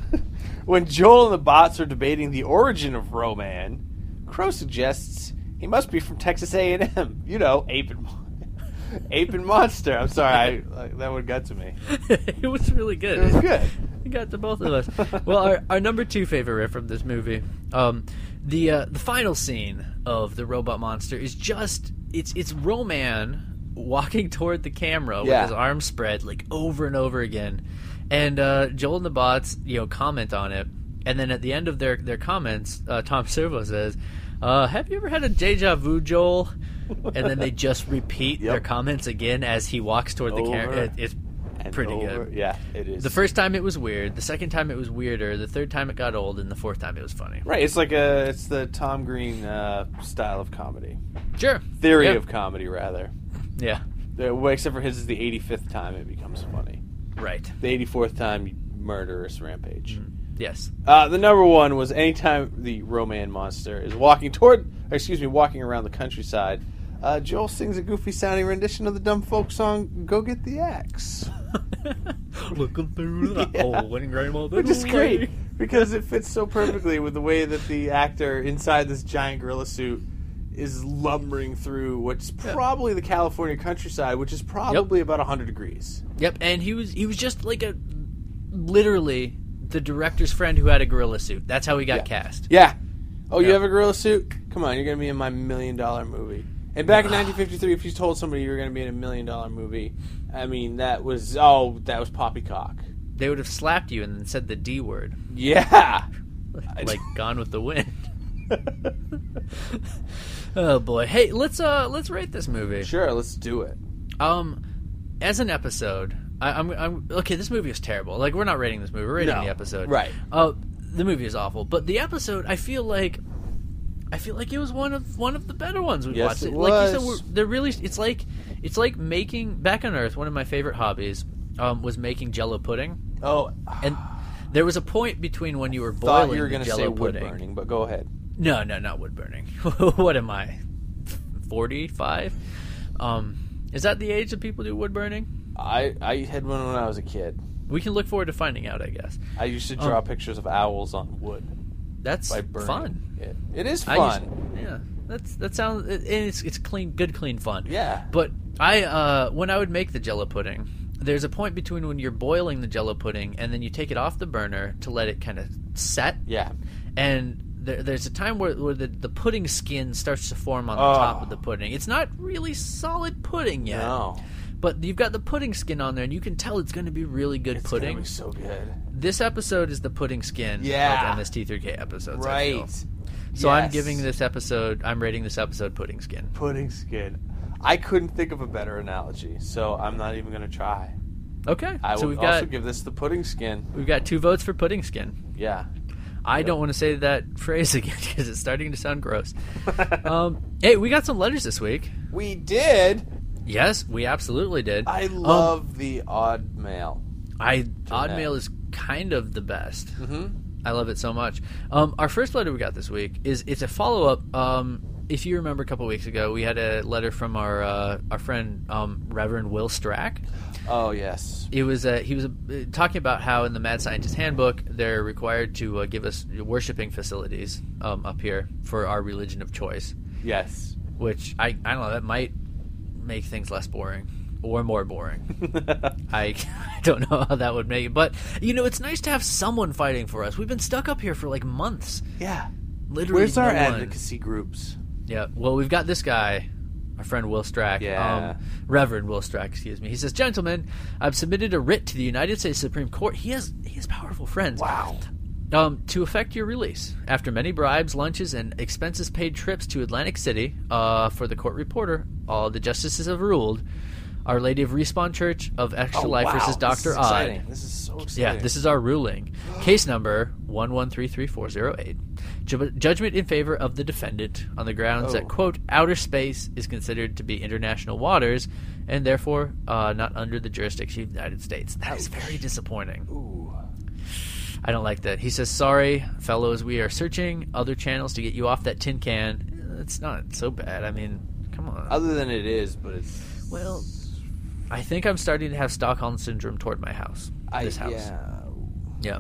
S3: when Joel and the bots are debating the origin of Roman, Crow suggests he must be from Texas A&M. You know, ape and, Mon- [LAUGHS] ape and monster. I'm sorry, I, I- that one got to me.
S4: it was really good.
S3: It was good.
S4: You got to both of us. well, our, our number two favorite riff from this movie, um, the uh, the final scene of the robot monster is just it's it's Roman walking toward the camera with
S3: Yeah.
S4: his arms spread like over and over again, and uh, Joel and the bots you know comment on it, and then at the end of their their comments, uh, Tom Servo says. Uh, have you ever had a deja vu, Joel? And then they just repeat their
S3: Yep.
S4: comments again as he walks toward the
S3: Over
S4: camera. It, it's
S3: And
S4: pretty
S3: over-
S4: good.
S3: Yeah, it is.
S4: The first time it was weird. The second time it was weirder. The third time it got old, and the fourth time it was funny.
S3: right, it's like a it's the Tom Green uh, style of comedy.
S4: Sure.
S3: Theory
S4: yeah.
S3: of comedy rather.
S4: yeah.
S3: Uh, well, Except for his is the 85th time it becomes funny.
S4: Right.
S3: The 84th time murderous
S4: Hmm.
S3: rampage.
S4: Yes.
S3: Uh, the number one was anytime the Roman monster is walking toward, or excuse me, walking around the countryside, uh, Joel sings a goofy sounding rendition of the dumb folk song "Go Get the Axe,"
S4: [LAUGHS] Looking
S3: [LAUGHS]
S4: through the hole and grandma
S3: which is great because it fits so perfectly with the way that the actor inside this giant gorilla suit is lumbering through what's probably the California countryside, which is probably about hundred degrees.
S4: Yep. And he was he was just like a literally the director's friend who had a gorilla suit. That's how he got cast.
S3: Yeah. Oh, you
S4: Yeah.
S3: have a gorilla suit? Come on, you're gonna be in my million dollar movie. And back in 1953, if you told somebody you were gonna be in a million dollar movie, I mean that was oh that was poppycock.
S4: They would have slapped you and then said the
S3: [LAUGHS]
S4: D word,
S3: Yeah.
S4: like Gone with the Wind. [LAUGHS] oh boy. Hey, let's uh let's rate this movie.
S3: Sure, let's do it.
S4: Um, as an episode, I, I'm, I'm okay. This movie is terrible. Like we're not rating this movie. We're rating
S3: No,
S4: the episode.
S3: right.
S4: Uh, the movie is awful, but the episode, I feel like, I feel like it was one of one of the better ones we
S3: Yes,
S4: watched.
S3: it
S4: Like you said,
S3: was.
S4: we're, they're really. It's like it's like making back on Earth. One of my favorite hobbies um, was making Jello pudding,
S3: Oh, [SIGHS]
S4: and there was a point between when you were boiling
S3: thought you were
S4: the
S3: gonna
S4: Jell-O
S3: say wood
S4: pudding.
S3: burning, but go ahead.
S4: No, no, not wood burning. [LAUGHS] what am I? Forty-five. Um, is that the age that people do wood burning?
S3: I I had one when I was a kid.
S4: We can look forward to finding out, I guess.
S3: I used to
S4: Oh.
S3: draw pictures of owls on wood
S4: That's
S3: by burning.
S4: fun.
S3: It. it is
S4: I used-
S3: fun.
S4: yeah, that's that sounds. And it's it's clean, good, clean fun.
S3: Yeah.
S4: But I uh, when I would make the Jello pudding, there's a point between when you're boiling the Jello pudding and then you take it off the burner to let it kind of set.
S3: Yeah.
S4: And there, there's a time where, where the, the pudding skin starts to form on the
S3: Oh.
S4: top of the pudding. It's not really solid pudding yet.
S3: No.
S4: But you've got the pudding skin on there, and you can tell it's going to be really good
S3: It's
S4: pudding.
S3: gonna be so good.
S4: this episode is the pudding skin
S3: Yeah.
S4: of MST3K episodes. I feel.
S3: Right.
S4: So I'm
S3: Yes.
S4: giving this episode. I'm rating this episode pudding skin.
S3: Pudding skin. I couldn't think of a better analogy, so I'm not even going to try.
S4: Okay.
S3: I
S4: so
S3: would
S4: we've
S3: also
S4: got
S3: give this the pudding skin.
S4: we've got two votes for pudding skin.
S3: Yeah.
S4: I don't want to say that phrase [LAUGHS] again because it's starting to sound gross. [LAUGHS] um, hey, we got some letters this week.
S3: We did.
S4: Yes, we absolutely did.
S3: I
S4: Um,
S3: love the odd mail.
S4: I
S3: that.
S4: Oddmail is kind of the best. Mm-hmm. I love it so much. Um, our first letter we got this week is it's a follow up. Um, if you remember a couple weeks ago, we had a letter from our uh, our friend um, Reverend Will Strack.
S3: Oh yes.
S4: It was uh, he was uh, talking about how in the Mad Scientist Handbook they're required to uh, give us worshiping facilities um, up here for our religion of choice,
S3: Yes. [LAUGHS]
S4: which I I don't know that might make things less boring or more boring. I [LAUGHS] don't know how that would make it, but you know, it's nice to have someone fighting for us. We've been stuck up here for like months,
S3: yeah.
S4: literally.
S3: Where's our
S4: no one-
S3: advocacy groups?
S4: Yeah. Well, we've got this guy, our friend Will Strack.
S3: Yeah.
S4: Um, Reverend Will Strack, excuse me. He says, "Gentlemen, I've submitted a writ to the United States Supreme Court. He has he has powerful friends.
S3: Wow.
S4: Um, to effect your release after many bribes, lunches, and expenses paid trips to Atlantic City uh, for the court reporter, all the justices have ruled." Our Lady of Respawn Church of Extra Life versus Doctor
S3: Oh, this is
S4: Odd.
S3: exciting. This is so
S4: Yeah,
S3: exciting.
S4: this is our ruling. Case number 1133408. Ju- judgment in favor of the defendant on the grounds
S3: Oh.
S4: that, quote, outer space is considered to be international waters and therefore uh, not under the jurisdiction of the United States. That is very disappointing. I don't like that. He says, sorry, fellows, we are searching other channels to get you off that tin can. It's not so bad. I mean, come on.
S3: Other than it is, but it's
S4: well, I think I'm starting to have Stockholm Syndrome toward my house.
S3: I,
S4: this house.
S3: Yeah,
S4: Yeah.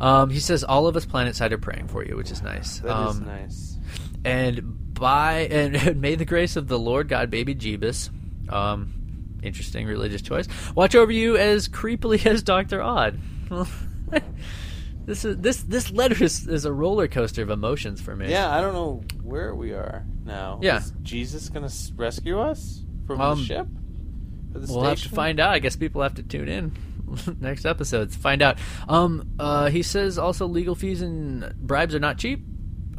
S4: Um, he says all of us planet side are praying for you, which is nice.
S3: that is
S4: um,
S3: nice.
S4: And by and, and [LAUGHS] may the grace of the Lord God, baby Jeebus, um, interesting religious choice, watch over you as creepily [LAUGHS] as Doctor Odd. Well, this is this this letter is, is a roller coaster of emotions for me.
S3: Yeah, I don't know where we are now.
S4: Yeah.
S3: is Jesus gonna s- rescue us from
S4: Um,
S3: the ship? Or the
S4: We'll have to
S3: station?
S4: find out. I guess people have to tune in [LAUGHS] next episode to find out. Um, uh, he says also legal fees and bribes are not cheap.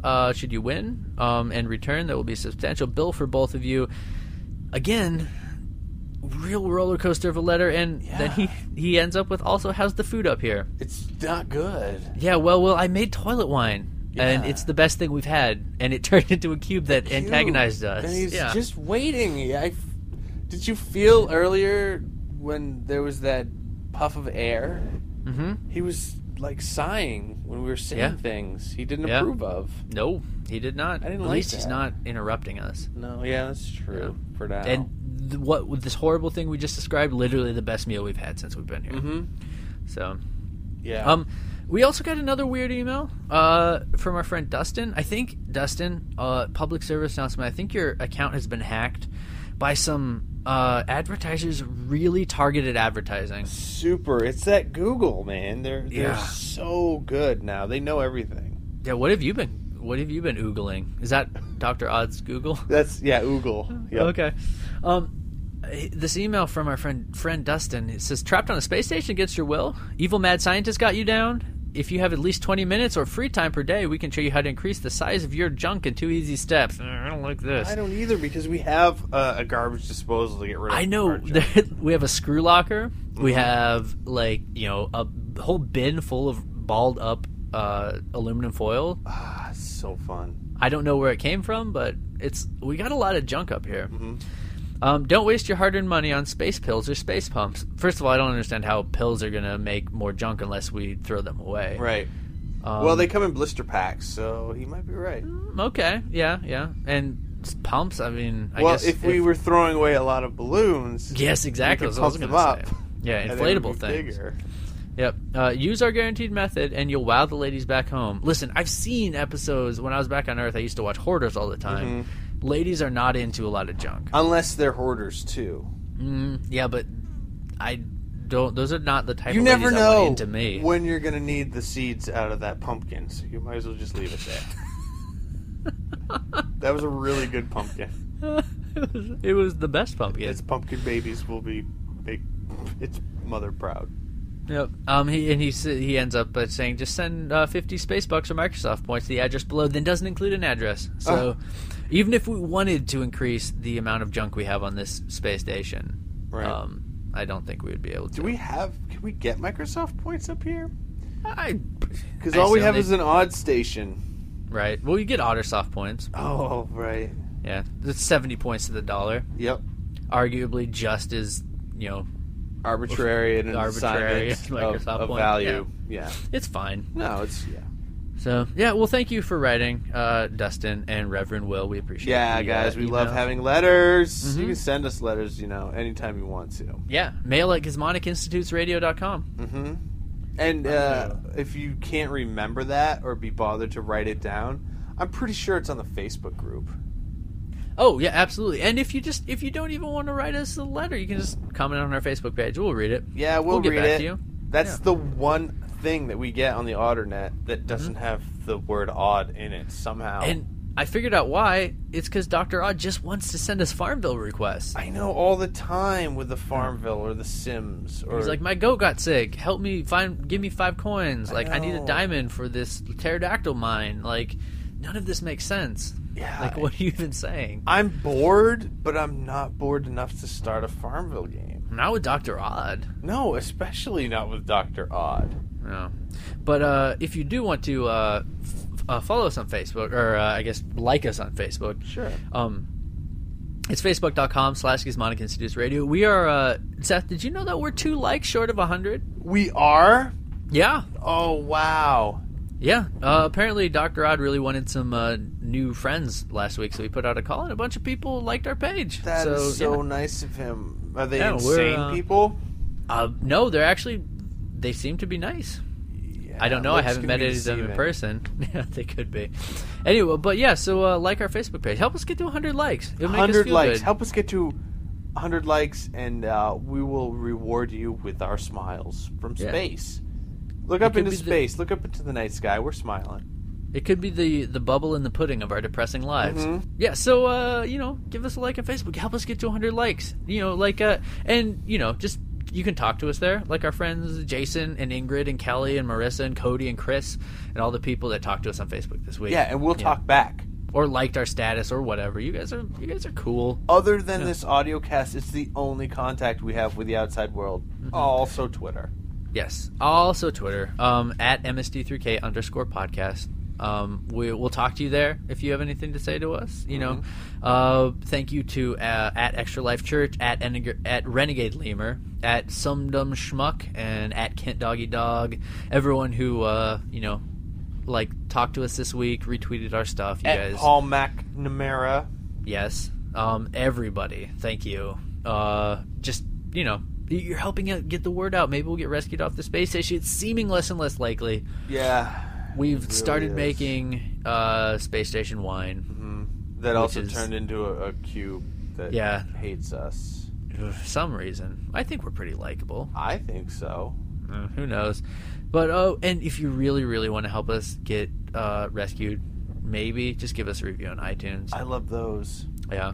S4: Uh, should you win um, and return, there will be a substantial bill for both of you. Again, real roller coaster of a letter, and then he he ends up with also how's the food up here?
S3: It's not good.
S4: Yeah, well, well, I made toilet wine, and
S3: Yeah.
S4: it's the best thing we've had, and it [LAUGHS] turned into a cube that antagonized
S3: Cute.
S4: us.
S3: And he's
S4: yeah.
S3: just waiting. I f- did you feel earlier when there was that puff of air? Mm-hmm. He was like sighing when we were saying
S4: Yeah.
S3: things he didn't
S4: Yeah.
S3: approve of.
S4: no, he did not.
S3: I didn't
S4: At
S3: like
S4: least he's
S3: that.
S4: not interrupting us.
S3: No, yeah, that's true for now.
S4: and th- what with this horrible thing we just described literally the best meal we've had since we've been here
S3: Mm-hmm.
S4: so
S3: yeah,
S4: um we also got another weird email uh from our friend dustin i think dustin uh public service announcement i think your account has been hacked by some uh advertisers really targeted advertising
S3: super. It's that Google man. They're they're
S4: Yeah.
S3: so good now. They know everything.
S4: yeah what have you been what have you been oogling is that dr odd's google
S3: That's yeah, Google. Yep.
S4: Okay. Um, this email from our friend friend Dustin it says, "Trapped on a space station against your will. Evil mad scientist got you down. If you have at least twenty minutes or free time per day, we can show you how to increase the size of your junk in two easy steps." Uh, I don't like this.
S3: I don't either because we have uh, a garbage disposal to get rid of.
S4: I know
S3: our junk.
S4: there- [LAUGHS] we have a screw locker. We have like you know a whole bin full of balled up uh, aluminum foil.
S3: That's so fun.
S4: I don't know where it came from, but it's we got a lot of junk up here.
S3: Mm-hmm.
S4: Um, don't waste your hard-earned money on space pills or space pumps. First of all, I don't understand how pills are gonna make more junk unless we throw them away. Um,
S3: Right. well, they come in blister packs, so he might be right.
S4: Okay. Yeah. Yeah. And s- pumps. I mean, I
S3: well,
S4: guess
S3: if, we were throwing away a lot of balloons,
S4: [LAUGHS] yes, exactly.
S3: could
S4: that's what I was
S3: pump them
S4: gonna
S3: up,
S4: say. [LAUGHS] Yeah,
S3: and they would
S4: inflatable
S3: be
S4: things.
S3: bigger.
S4: Yep. Uh, use our guaranteed method, and you'll wow the ladies back home. Listen, I've seen episodes when I was back on Earth. I used to watch hoarders all the time.
S3: Mm-hmm.
S4: Ladies are not into a lot of junk.
S3: unless they're hoarders too.
S4: Yeah, but I don't. Those are not the type
S3: You
S4: of
S3: never
S4: ladies that
S3: know
S4: want into me.
S3: when you're going to need the seeds out of that pumpkin, so you might as well just leave it there.
S4: [LAUGHS]
S3: that was a really good pumpkin.
S4: [LAUGHS] it was the best pumpkin.
S3: Its pumpkin babies will be make its mother proud.
S4: Yep. Um. He and he s- he ends up by saying, just send uh, fifty space bucks or Microsoft points to the address below. Then doesn't include an address. So,
S3: Ah.
S4: even if we wanted to increase the amount of junk we have on this space station,
S3: Right.
S4: um, I don't think we would be able to.
S3: Do we have? Can we get Microsoft points up here?
S4: I,
S3: Because
S4: I
S3: all we
S4: assume
S3: have
S4: they-
S3: is an odd station.
S4: right. Well, you get Ottersoft points.
S3: Oh right.
S4: Yeah, that's seventy points to the dollar.
S3: Yep.
S4: Arguably, just as you know,
S3: Arbitrary and an
S4: Arbitrary
S3: assignment
S4: Microsoft
S3: of, of
S4: point,
S3: value. Yeah.
S4: it's fine.
S3: No, it's yeah.
S4: So yeah, well, thank you for writing, uh, Dustin and Reverend Will. We appreciate.
S3: Yeah,
S4: the,
S3: guys,
S4: uh,
S3: we love
S4: emails.
S3: having letters.
S4: Mm-hmm.
S3: You can send us letters, you know, anytime you want to.
S4: Yeah, mail at
S3: Mm.
S4: gizmonicinstitutesradio.com.
S3: Hmm? And uh, if you can't remember that or be bothered to write it down, I'm pretty sure it's on the Facebook group.
S4: Oh yeah, absolutely. And if you just if you don't even want to write us a letter, you can just comment on our Facebook page. We'll read it.
S3: Yeah, we'll,
S4: get
S3: read
S4: back
S3: it.
S4: to you.
S3: That's
S4: Yeah. Mm-hmm.
S3: the one thing that we get on the Otternet that doesn't have the word odd in it somehow.
S4: And I figured out why. It's because Doctor Odd just wants to send us Farmville requests.
S3: I know all the time with the Farmville or the Sims or
S4: He's like, my goat got sick. Help me find. Give me five coins. Like, I, need a
S3: know.
S4: diamond for this pterodactyl mine. Like, none of this makes sense.
S3: Yeah.
S4: Like, what are you even saying?
S3: I'm bored, but I'm not bored enough to start a Farmville game.
S4: Not with Doctor Odd.
S3: No, especially not with Doctor Odd.
S4: No. But uh, if you do want to uh, f- uh, follow us on Facebook, or uh, I guess like us on Facebook,
S3: Sure.
S4: Um, it's facebook.com slash Gizmonic Institutes Radio. We are, uh, Seth, did you know that we're two likes short of 100?
S3: We are.
S4: Yeah.
S3: Oh wow.
S4: Yeah. Uh, apparently, Dr. Odd really wanted some uh, new friends last week, so we put out a call, and a bunch of people liked our page.
S3: That
S4: so,
S3: is so,
S4: yeah.
S3: nice of him. Are they
S4: Yeah, we're,
S3: insane
S4: uh,
S3: people?
S4: Uh, no, they're actually they seem to be nice. I don't know. I
S3: looks
S4: haven't
S3: can
S4: met
S3: be
S4: any of them in
S3: deceiving.
S4: person. [LAUGHS] yeah, they could be. Anyway, but yeah, so uh, like our Facebook page. Help us get to 100 likes. It'll make us
S3: 100
S4: feel
S3: likes.
S4: good.
S3: Help us get to 100 likes, and uh, we will reward you with our smiles from
S4: Yeah.
S3: space. Look up
S4: could
S3: into
S4: be the-
S3: space. Look up into the night sky. We're smiling.
S4: It could be the the bubble in the pudding of our depressing lives.
S3: Mm-hmm.
S4: Yeah, so uh, you know, give us a like on Facebook. Help us get to 100 likes. You know, like uh, and you know, just you can talk to us there, like our friends Jason and Ingrid and Kelly and Marissa and Cody and Chris and all the people that talked to us on Facebook this week.
S3: Yeah, and we'll talk back.
S4: or liked our status or whatever. You guys are you guys are cool.
S3: Other than this audio cast, it's the only contact we have with the outside world.
S4: Mm-hmm.
S3: Also, Twitter.
S4: Yes. Also Twitter um, at msd3k underscore podcast. Um, we will talk to you there if you have anything to say to us. You know, uh, thank you to uh, at Extra Life Church, at Enig- at Renegade Lemur, at Some Dumb Schmuck, and at Kent Doggy Dog. Everyone who uh, you know, like talked to us this week, retweeted our stuff. You
S3: At
S4: guys,
S3: Paul McNamara.
S4: Yes. Um, everybody, thank you. Uh, just you know, y- you're helping out get the word out. Maybe we'll get rescued off the space station. It's seeming less and less likely.
S3: Yeah.
S4: We've started
S3: is.
S4: making uh, space station wine.
S3: That also
S4: is-
S3: turned into a, a cube that
S4: Yeah.
S3: hates us.
S4: For some reason, I think we're pretty likable.
S3: I think so.
S4: Uh, who knows? But oh, and if you really, really want to help us get uh, rescued, maybe just give us a review on iTunes.
S3: I love those.
S4: yeah,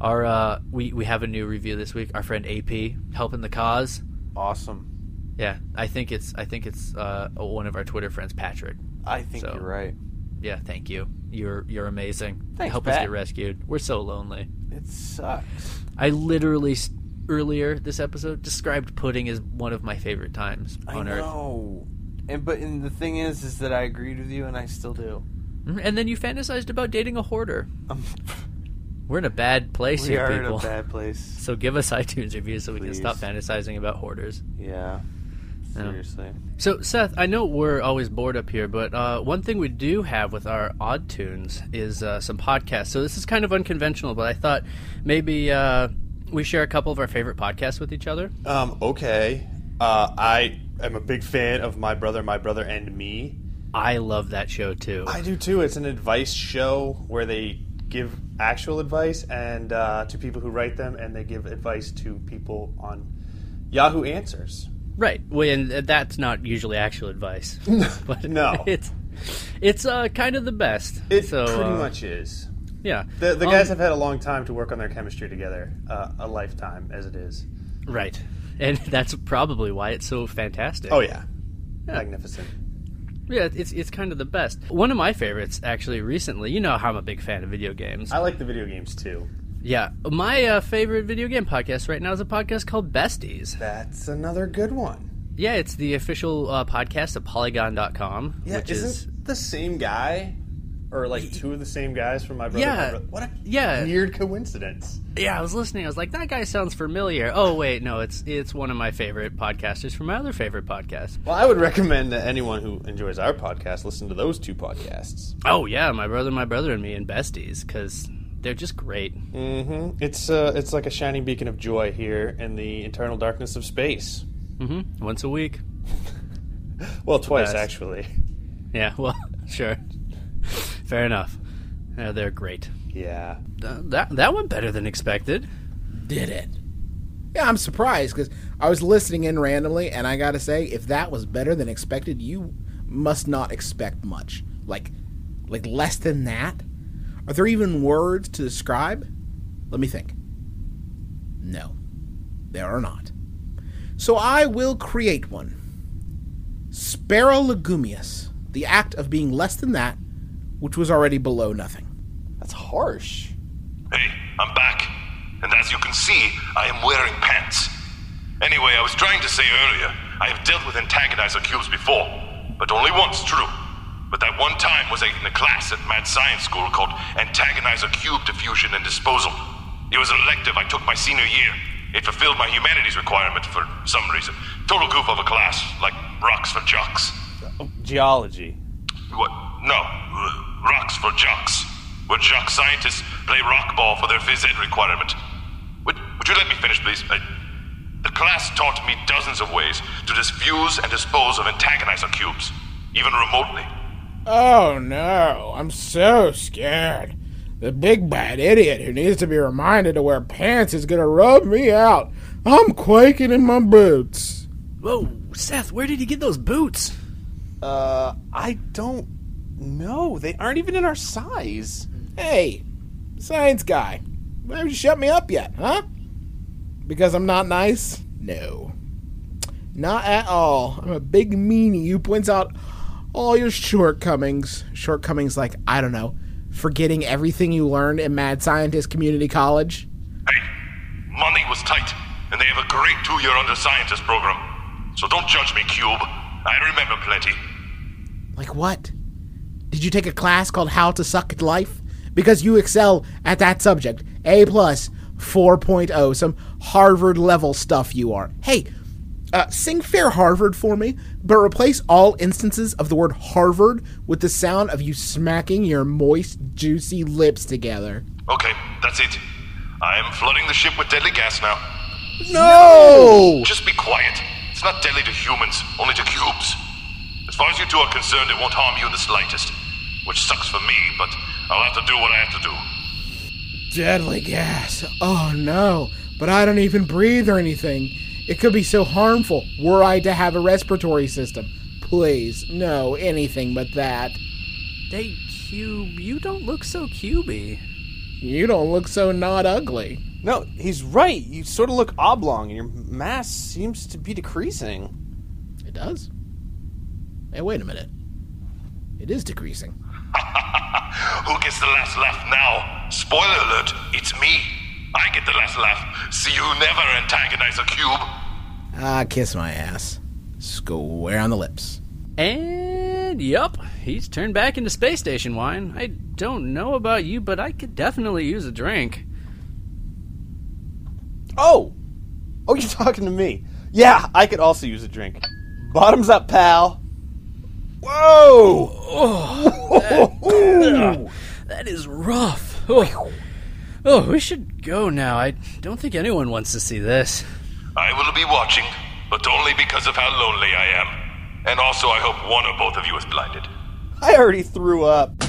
S4: our uh, we we have a new review this week. Our friend AP helping the cause.
S3: Awesome.
S4: Yeah, I think it's I think it's uh, one of our Twitter friends, Patrick.
S3: I think
S4: So-
S3: you're right.
S4: Yeah, thank you. You're you're amazing.
S3: Thanks,
S4: Help us
S3: Pat.
S4: get rescued. We're so lonely.
S3: It sucks.
S4: I literally s- earlier this episode described pudding as one of my favorite times
S3: I
S4: on earth.
S3: know. And but and the thing is, is that I agreed with you, and I still do. [LAUGHS]
S4: Mhm, And then you fantasized about dating a hoarder. We're in a bad place
S3: we
S4: here,
S3: are
S4: people.
S3: in a bad place.
S4: [LAUGHS] So give us iTunes reviews so we can stop
S3: Please.
S4: fantasizing about hoarders.
S3: Yeah. Seriously.
S4: So, Seth, I know we're always bored up here, but uh, one thing we do have with our odd tunes is uh, some podcasts. So, this is kind of unconventional, but I thought maybe uh, we share a couple of our favorite podcasts with each other.
S7: Um, okay. Uh, I am a big fan of My Brother, My Brother and Me.
S4: I love that show too.
S7: I do too. It's an advice show where they give actual advice and uh, to people who write them, and they give advice to people on Yahoo Answers.
S4: right. Well, and uh, that's not usually actual advice. [LAUGHS] but
S7: [LAUGHS] No.
S4: It's, it's uh, kind of the best.
S7: It
S4: so,
S7: pretty
S4: uh,
S7: much is.
S4: Yeah.
S7: The, the
S4: Um,
S7: guys have had a long time to work on their chemistry together, uh, a lifetime as it is.
S4: Right. and [LAUGHS] that's probably why it's so fantastic.
S7: Oh yeah, magnificent.
S4: Yeah, it's it's kind of the best. One of my favorites actually recently. You know how I'm a big fan of video games.
S7: I like the video games too.
S4: yeah, my uh, favorite video game podcast right now is a podcast called Besties.
S7: That's another good one.
S4: Yeah, it's the official uh, podcast of Polygon.com,
S7: Yeah,
S4: which
S7: isn't
S4: is
S7: the same guy or like two of the same guys from my brother?
S4: Yeah,
S7: My Bro- what a
S4: yeah.
S7: weird coincidence.
S4: yeah. I was listening. I was like, that guy sounds familiar. Oh wait, no, it's it's one of my favorite podcasters from my other favorite podcast.
S7: Well, I would recommend that anyone who enjoys our podcast listen to those two podcasts.
S4: Oh yeah, my brother, my brother, and me and Besties because they're just great.
S7: Mm-hmm. It's uh, it's like a shining beacon of joy here in the internal darkness of space.
S4: Mm-hmm. Once a week.
S7: Well, twice
S4: best.
S7: actually. [LAUGHS]
S4: Yeah. [LAUGHS] Well, sure. Fair enough. Yeah, they're great.
S7: Yeah.
S4: Th- that that went better than expected.
S6: Did it? Yeah, I'm surprised because I was listening in randomly, and I gotta say, if that was better than expected, you must not expect much. Like, like less than that. Are there even words to describe? Let me think. No, there are not. So I will create one. Sparo legumius, the act of being less than that, which was already below nothing.
S3: That's harsh.
S5: Hey, I'm back. And as you can see, I am wearing pants. Anyway, I was trying to say earlier, I have dealt with antagonizer cubes before, but only once, true. But that one time was in a class at Mad Science School called Antagonizer Cube Diffusion and Disposal. It was an elective I took my senior year. It fulfilled my humanities requirement for some reason. Total goof of a class, like rocks for jocks.
S3: Oh, Geology.
S5: What? No. R- Rocks for jocks. Where jock scientists play rock ball for their phys ed requirement. Would, would you let me finish, please? I, the class taught me dozens of ways to disfuse and dispose of antagonizer cubes, even remotely.
S6: Oh no, I'm so scared. The big bad idiot who needs to be reminded to wear pants is gonna rub me out. I'm quaking in my boots.
S4: Whoa, Seth, where did you get those boots?
S3: Uh, I don't know. They aren't even in our size.
S6: Hey, science guy, why haven't you shut me up yet, huh? Because I'm not nice? No. Not at all. I'm a big meanie who points out all your shortcomings. Shortcomings like, I don't know, forgetting everything you learned in Mad Scientist Community College.
S5: Hey, money was tight, and they have a great two year under scientist program. So don't judge me, Cube. I remember plenty.
S6: Like what? Did you take a class called How to Suck at Life? Because you excel at that subject. A plus 4.0, some Harvard level stuff you are. Hey, uh, sing Fair Harvard for me, but replace all instances of the word Harvard with the sound of you smacking your moist, juicy lips together.
S5: Okay, that's it. I am flooding the ship with deadly gas now.
S3: No!
S5: Just be quiet. It's not deadly to humans, only to cubes. As far as you two are concerned, it won't harm you in the slightest. Which sucks for me, but I'll have to do what I have to do.
S6: Deadly gas. Oh no, but I don't even breathe or anything. It could be so harmful were I to have a respiratory system. Please, no, anything but that.
S4: Hey, Cube, you don't look so cubey.
S6: You don't look so not ugly.
S3: No, he's right. You sort of look oblong, and your mass seems to be decreasing.
S6: It does. Hey, wait a minute. It is decreasing.
S5: Who gets the last laugh now? Spoiler alert, it's me. I get the last laugh. See, you never antagonize a cube.
S6: Ah, kiss my ass. Square on the lips.
S4: And yup, he's turned back into space station wine. I don't know about you, but I could definitely use a drink.
S3: Oh! Oh, you're talking to me. Yeah, I could also use a drink. Bottoms up, pal. Whoa! [LAUGHS]
S4: That is rough. Oh, oh we should go now. I don't think anyone wants to see this.
S5: I will be watching, but only because of how lonely I am. And also, I hope one or both of you is blinded.
S3: I already threw up.